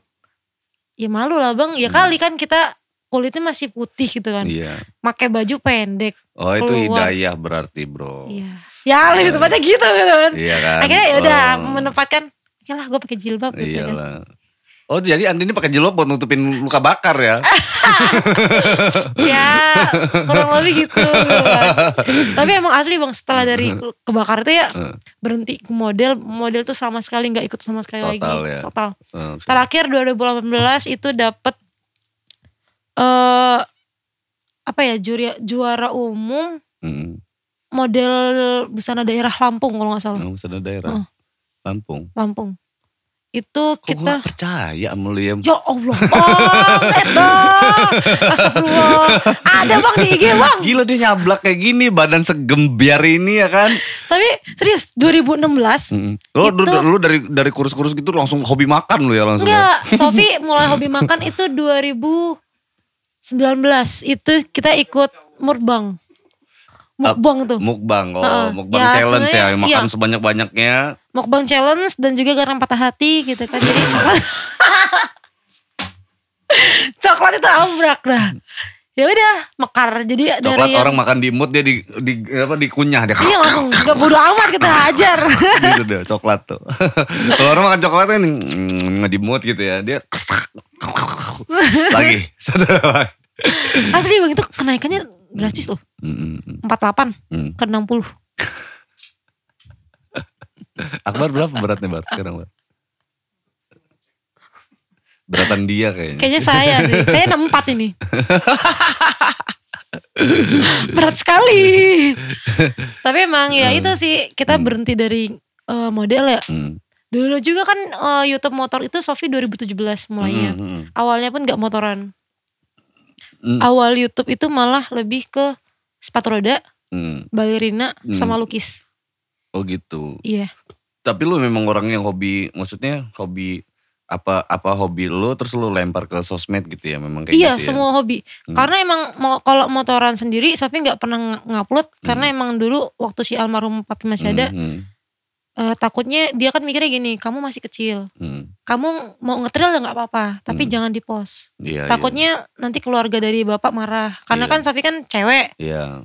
ya malu lah bang. Ya kali kan kita kulitnya masih putih gitu kan, Iya. pakai baju pendek. Oh itu Keluar. hidayah berarti bro. Iya, ya lebih tepatnya gitu gitu kan. Oh. Iya kan. Akhirnya ya udah Oh, Iya, menempatkan, ya lah gue pakai jilbab gitu Iyalah. kan. Oh jadi Andi ini pakai jilbab buat nutupin luka bakar ya? ya kurang lebih gitu tapi emang asli bang setelah dari Hmm. kebakar itu ya berhenti ke model model tuh sama sekali nggak ikut sama sekali lagi Total ya. total Eh, terakhir 2018 itu dapet eh apa ya juri, juara umum Hmm. model busana daerah Lampung kalau nggak salah Nah, sana daerah. Lampung. Lampung itu Kok gue Oh. kita gak percaya sama lu ya? Ya Allah, Bang, Edo, Astagfirullah, ada bang di IG bang. Gila dia nyablak kayak gini, badan segembiar ini ya kan? Tapi serius 2016 Mm. Lo, Itu- lu- lu dari dari kurus-kurus gitu langsung hobi makan lu ya langsung? ya? Enggak, Sofi mulai hobi makan itu 2019 itu kita ikut mukbang. Mukbang tuh. Mukbang, oh Heeh. mukbang Ya, challenge ya, sebenarnya, makan iya. sebanyak-banyaknya. Mukbang challenge dan juga garam patah hati gitu kan. Jadi coklat. coklat itu ambrak dah. Ya udah, mekar. Jadi Coklat dari yang- orang makan di mood dia di, di apa dikunyah dia. Iya langsung gak bodo amat kita hajar. gitu deh coklat tuh. Kalau orang makan coklat kan mm, di mood gitu ya. Dia lagi. Sadar. Asli bang itu kenaikannya drastis loh. Mm, mm, 48 mm. ke 60. Akbar berapa beratnya Bar? Sekarang Bar? Beratan dia kayaknya. Kayaknya saya sih. Saya 64 ini. Berat sekali. Tapi emang ya itu sih kita berhenti dari eh, model ya. Hmm. Dulu juga kan eh, YouTube motor itu Sofi 2017 mulainya. Hmm, hmm, Awalnya pun gak motoran. Hmm. Awal YouTube itu malah lebih ke sepatu roda, hmm. balerina, Hmm. sama lukis. Oh gitu. Iya. Tapi lu memang orang yang hobi, maksudnya hobi apa apa hobi lu terus lu lempar ke sosmed gitu ya memang kayak gitu iya ya. semua hobi. Karena emang mau kalau motoran sendiri Sofi nggak pernah ng- ngupload karena emang dulu waktu si almarhum papi masih ada Hmm, Eh, takutnya dia kan mikirnya gini, kamu masih kecil, hmm, hmm. kamu mau ngetril nggak apa-apa, tapi Hmm. jangan di post. Iya, iya. Takutnya nanti keluarga dari bapak marah, karena Iya. kan Sofi kan cewek, Iya.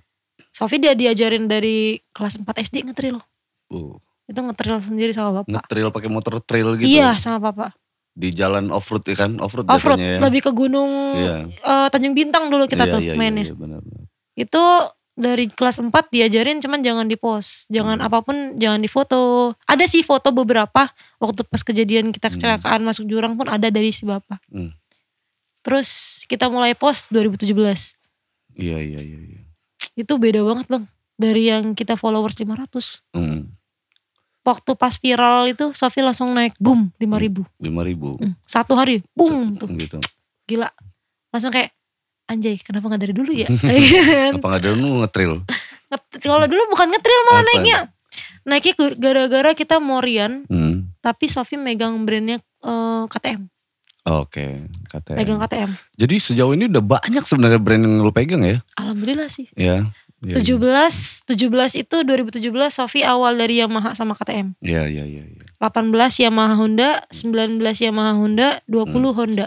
Sofi dia diajarin dari kelas 4 SD ngetril, Uh, itu ngetril sendiri sama bapak. ngetril pakai motor trail gitu. Iya sama bapak. Di jalan off road ya kan? Off road Off road ya. lebih ke gunung Iya. eh, Tanjung Bintang dulu kita Iya, tuh ya. iya, iya, mainnya. Iya, benar, benar. Itu dari kelas 4 diajarin cuman jangan di post, Hmm. jangan apapun jangan difoto. Ada sih foto beberapa waktu pas kejadian kita kecelakaan masuk jurang pun ada dari si bapak. Hmm. Terus kita mulai post 2017. Iya, iya, iya, iya. Itu beda banget bang. Dari yang kita followers 500. Hmm. Waktu pas viral itu Sofi langsung naik boom 5000. lima ribu Hmm, Satu hari boom tuh. gitu Gila. Langsung kayak anjay kenapa gak dari dulu ya. apa nggak ada lu ngetril Nget- Kalau dulu bukan ngetril malah Apa? naiknya. Naiknya gu- gara-gara kita Morian. hmm. Tapi Sofi megang brandnya eh, KTM. oke Megang KTM KTM. jadi sejauh ini udah banyak sebenarnya brand yang lu pegang ya Alhamdulillah sih. ya Iya, 17, 17 itu 2017 Sofi awal dari Yamaha sama KTM. iya iya iya iya. 18 Yamaha Honda, 19 Yamaha Honda, 20 Hmm. Honda.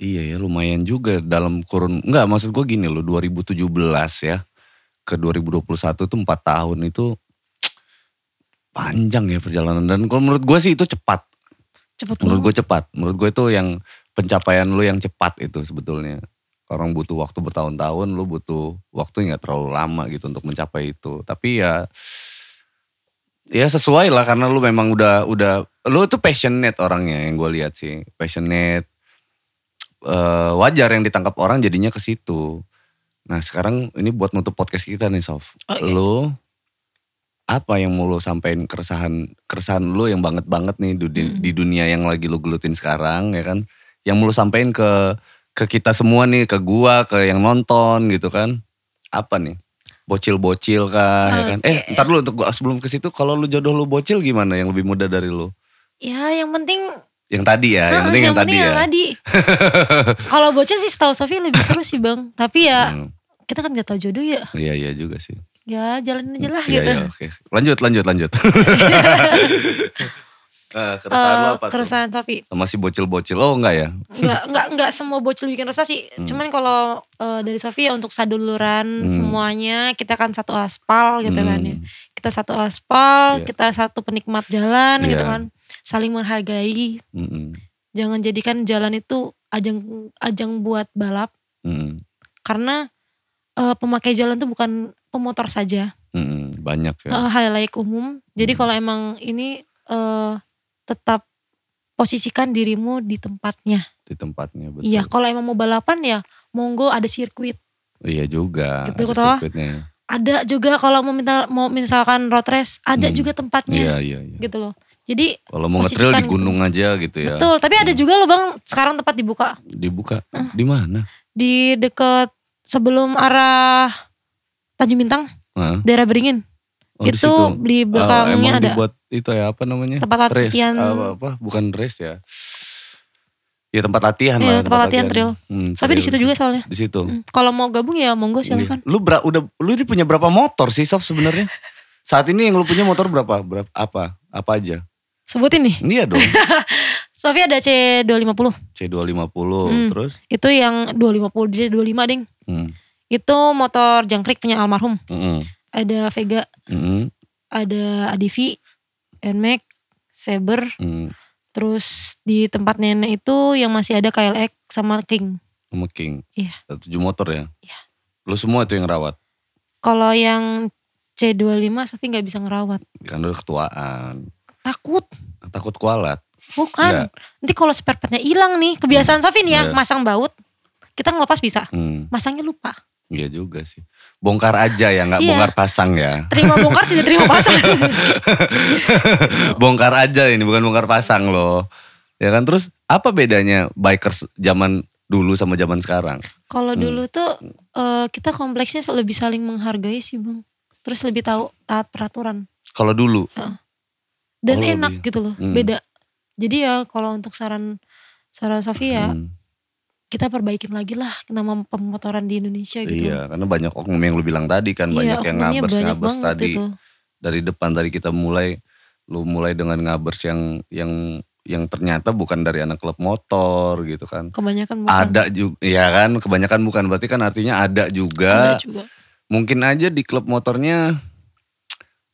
iya ya lumayan juga dalam kurun nggak maksud gue gini lo 2017 ya ke 2021 tuh 4 tahun itu panjang ya perjalanan dan kalau menurut gue sih itu cepat Cepet Menurut banget. gue cepat. Menurut gue itu yang pencapaian lu yang cepat itu sebetulnya. Orang butuh waktu bertahun-tahun, lu butuh waktu nggak terlalu lama gitu untuk mencapai itu. Tapi ya ya sesuai lah karena lu memang udah udah lu tuh passionate orangnya yang gue lihat sih. Passionate eh, wajar yang ditangkap orang jadinya ke situ. Nah sekarang ini buat nutup podcast kita nih Sof. Oke. Lu apa yang mau lu sampein keresahan keresahan lu yang banget banget nih du- di, Hmm. di dunia yang lagi lu gelutin sekarang ya kan? Yang mau lu sampein ke ke kita semua nih ke gua ke yang nonton gitu kan? Apa nih? Bocil-bocil kah ya kan? Eh ntar dulu untuk gua sebelum ke situ kalau lu jodoh lu bocil gimana yang lebih muda dari lu? Ya yang penting Yang tadi ya, yang Heeh, penting yang, tadi ya. Oh, yang tadi. Kalau bocil sih setahu Sofi lebih seru sih bang. Tapi ya Hmm, kita kan gak tahu jodoh ya. Iya iya juga sih. Ya jalanin aja lah Iya, gitu. iya, oke. Lanjut, lanjut, lanjut. Eh, keresahan lo Eh, apa tuh? keresahan Sofi. Sama si bocil-bocil. Oh enggak ya? Nggak, nggak, nggak semua bocil bikin resah sih. Cuman kalau eh, dari Sofi ya untuk Hmm. saduluran semuanya kita kan satu aspal gitu kan ya. Hmm. Kita satu aspal, Iya. kita satu penikmat jalan gitu Iya. kan. Saling menghargai. Mm-mm, Jangan jadikan jalan itu ajang ajang buat balap mm-mm, karena eh, pemakai jalan tuh bukan pemotor saja. mm-mm. Banyak ya. Eh, halayak umum. Jadi Hmm. kalau emang ini eh, tetap posisikan dirimu di tempatnya. Di tempatnya. Betul. Iya, kalau emang mau balapan ya monggo ada sirkuit. Iya juga. Gitu, ada toh. sirkuitnya. ya. Ada juga kalau mau minta mau misalkan road race, ada Hmm. juga tempatnya Iya, iya, iya. gitu loh. Jadi Kalau mau ngetril di Posisikan. gunung aja gitu ya. betul, tapi ada juga loh Bang sekarang tempat dibuka Dibuka. Di mana? di deket sebelum arah Tanjung Bintang, Hah? daerah Beringin. Oh, di itu situ. di Oh, belakangnya emang ada. dibuat itu ya apa namanya? Tempat Race, Ah, latihan. Apa, apa? Bukan race ya. Ya tempat latihan Iya, lah. tempat latihan trail. Hmm, Tapi di trail. situ juga soalnya. Di situ. Hmm, Kalau mau gabung ya monggo Iya. silakan. Lu bera- udah lu ini punya berapa motor sih Sof sebenarnya? Saat ini yang lu punya motor berapa? Berapa apa? Apa aja? Sebutin nih. Iya dong. Sofi ada C250. C250 Hmm. terus Itu yang 250 dia 25 ding. hmm. Itu motor jangkrik punya almarhum. Mm-mm. Ada Vega, Mm-mm. ada Adivi, Nmax, Saber, Mm. terus di tempat nenek itu yang masih ada KLX sama King. Sama King. Iya. Ada Tujuh motor ya? Iya. Lu semua tuh yang rawat. Kalau yang C25 Sofi nggak bisa ngerawat. Karena kan lu ketuaan. Takut. Takut kualat. Iya. Bukan. Nanti kalau spare partnya hilang nih, kebiasaan Sofi nih ya, Iya. masang baut. Kita ngelepas bisa. Hmm. Masangnya lupa. Iya juga sih. Bongkar aja ya, nggak Iya. bongkar pasang ya. Terima bongkar tidak terima pasang. bongkar aja ini bukan bongkar pasang loh. Ya kan terus apa bedanya bikers zaman dulu sama zaman sekarang? Kalau Hmm. dulu tuh eh, kita kompleksnya lebih saling menghargai sih bang. Terus lebih tahu taat peraturan Kalau dulu dan Oh, lebih. enak gitu loh, Hmm. beda. Jadi ya kalau untuk saran saran Sofia Hmm. kita perbaikin lagi lah nama pemotoran di Indonesia gitu. Iya, Iya, karena banyak oknum yang lu bilang tadi kan banyak yang oknumnya ngabers banyak ngabers banget gitu. tadi itu. dari depan dari kita mulai lu mulai dengan ngabers yang yang yang ternyata bukan dari anak klub motor gitu kan. Kebanyakan bukan. Ada juga ya kan, kebanyakan bukan berarti kan artinya ada Ada juga. juga. Mungkin aja di klub motornya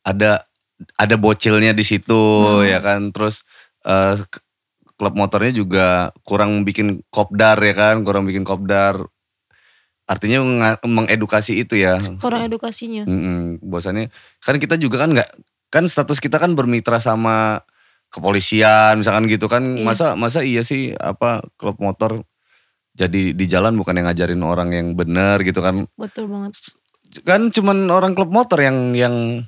ada ada bocilnya di situ Nah. ya kan. Terus eh, k- klub motornya juga kurang bikin kopdar ya kan, kurang bikin kopdar. Artinya menga- mengedukasi itu ya. Kurang edukasinya. Mm-mm, bahwasannya kan kita juga kan nggak kan status kita kan bermitra sama kepolisian misalkan gitu kan Iya. masa masa iya sih apa klub motor jadi di jalan bukan yang ngajarin orang yang bener gitu kan Betul banget. kan cuman orang klub motor yang yang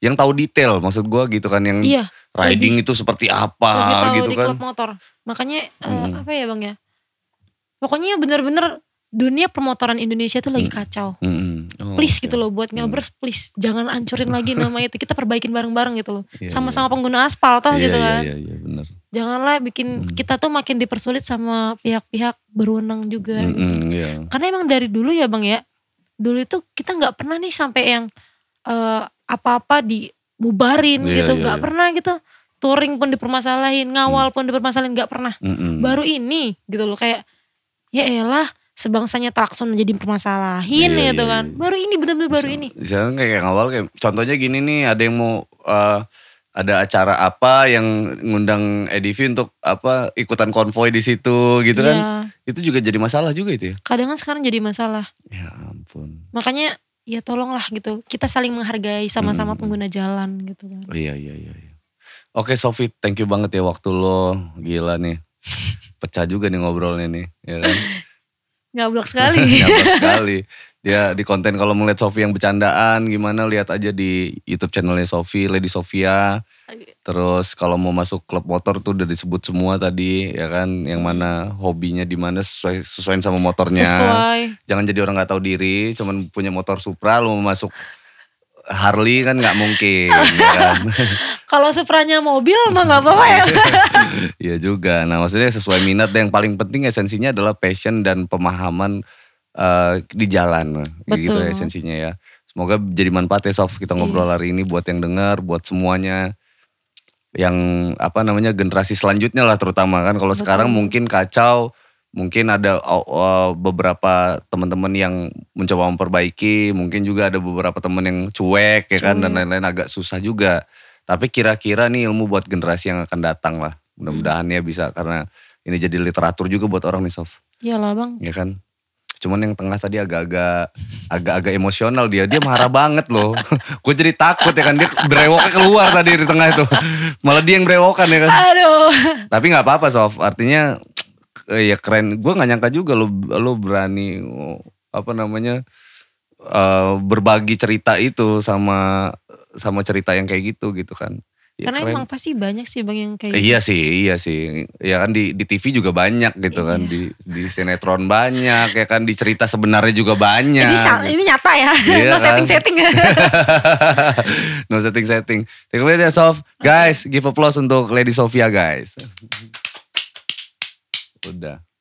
yang tahu detail maksud gua gitu kan yang Iya. riding itu seperti lebih apa tahu gitu di kan klub motor. Makanya eh, Mm. apa ya bang ya? Pokoknya bener-bener dunia permotoran Indonesia tuh lagi kacau. Mm-mm. Hmm. Oh, oke. please Hmm. gitu loh buat ngabers please jangan ancurin lagi nama itu kita perbaikin bareng-bareng gitu loh Iya, sama-sama pengguna aspal toh iya, gitu iya, Hmm. kan iya, iya, bener. janganlah bikin kita tuh makin dipersulit sama pihak-pihak berwenang juga gitu. Mm-mm, iya. karena emang dari dulu ya bang ya dulu itu kita nggak pernah nih sampai yang eh, apa-apa dibubarin Iya, iya, gitu Hmm. nggak iya. pernah gitu touring pun dipermasalahin ngawal pun dipermasalahin nggak pernah Mm-mm. baru ini gitu loh kayak ya elah sebangsanya Traxon aja dipermasalahin Iya, gitu iya, kan baru ini bener-bener baru ini Misalnya kayak yang awal kayak contohnya gini nih ada yang mau eh, ada acara apa yang ngundang EDV untuk apa ikutan konvoy di situ gitu kan. Iya. Itu juga jadi masalah juga itu ya. kadang kan sekarang jadi masalah Ya ampun. makanya ya tolonglah gitu kita saling menghargai Hmm. sama-sama pengguna jalan gitu kan Oh, iya iya iya. iya. Oke Sofi, thank you banget ya waktu lo. Gila nih. Pecah juga nih ngobrolnya nih, ya kan? ngablok sekali Nyaman sekali. Dia di konten kalau melihat Sofi yang bercandaan gimana lihat aja di YouTube channelnya Sofi, Lady Sofia. Iya. Terus kalau mau masuk klub motor tuh udah disebut semua tadi ya kan yang mana hobinya di mana sesuai sesuaiin sama motornya. sesuai Jangan jadi orang nggak tahu diri, cuman punya motor Supra lu mau masuk Harley kan nggak mungkin ya kan. kalau supranya mobil mah nggak apa-apa ya Iya juga. Nah, maksudnya sesuai minat dan yang paling penting esensinya adalah passion dan pemahaman eh, di jalan. Kayak Gitu Betul. Iya. esensinya ya. Semoga jadi manfaat ya Sof kita ngobrol hari ini buat yang dengar, buat semuanya yang apa namanya generasi selanjutnya lah terutama kan kalau sekarang mungkin kacau mungkin ada uh, uh, beberapa teman-teman yang mencoba memperbaiki mungkin juga ada beberapa teman yang cuek ya kan dan lain-lain agak susah juga tapi kira-kira nih ilmu buat generasi yang akan datang lah mudah-mudahan ya bisa karena ini jadi literatur juga buat orang nih Sof iyalah bang ya kan cuman yang tengah tadi agak-agak agak-agak emosional dia dia marah banget loh gue jadi takut ya kan dia berewoknya keluar tadi di tengah itu malah dia yang berewokan ya kan aduh tapi nggak apa-apa Sof artinya eh, ya keren gue nggak nyangka juga lo lo berani oh, apa namanya eh, berbagi cerita itu sama sama cerita yang kayak gitu gitu kan Ya, karena keren. emang pasti banyak sih bang yang kayak gitu. Iya sih, iya sih. Ya kan di di TV juga banyak gitu kan, di di sinetron banyak, ya kan di cerita sebenarnya juga banyak. ini, sa- ini nyata ya Iya no kan? setting setting no setting setting. Take away that, Sof. Guys, give applause untuk Lady Sofia guys. Udah.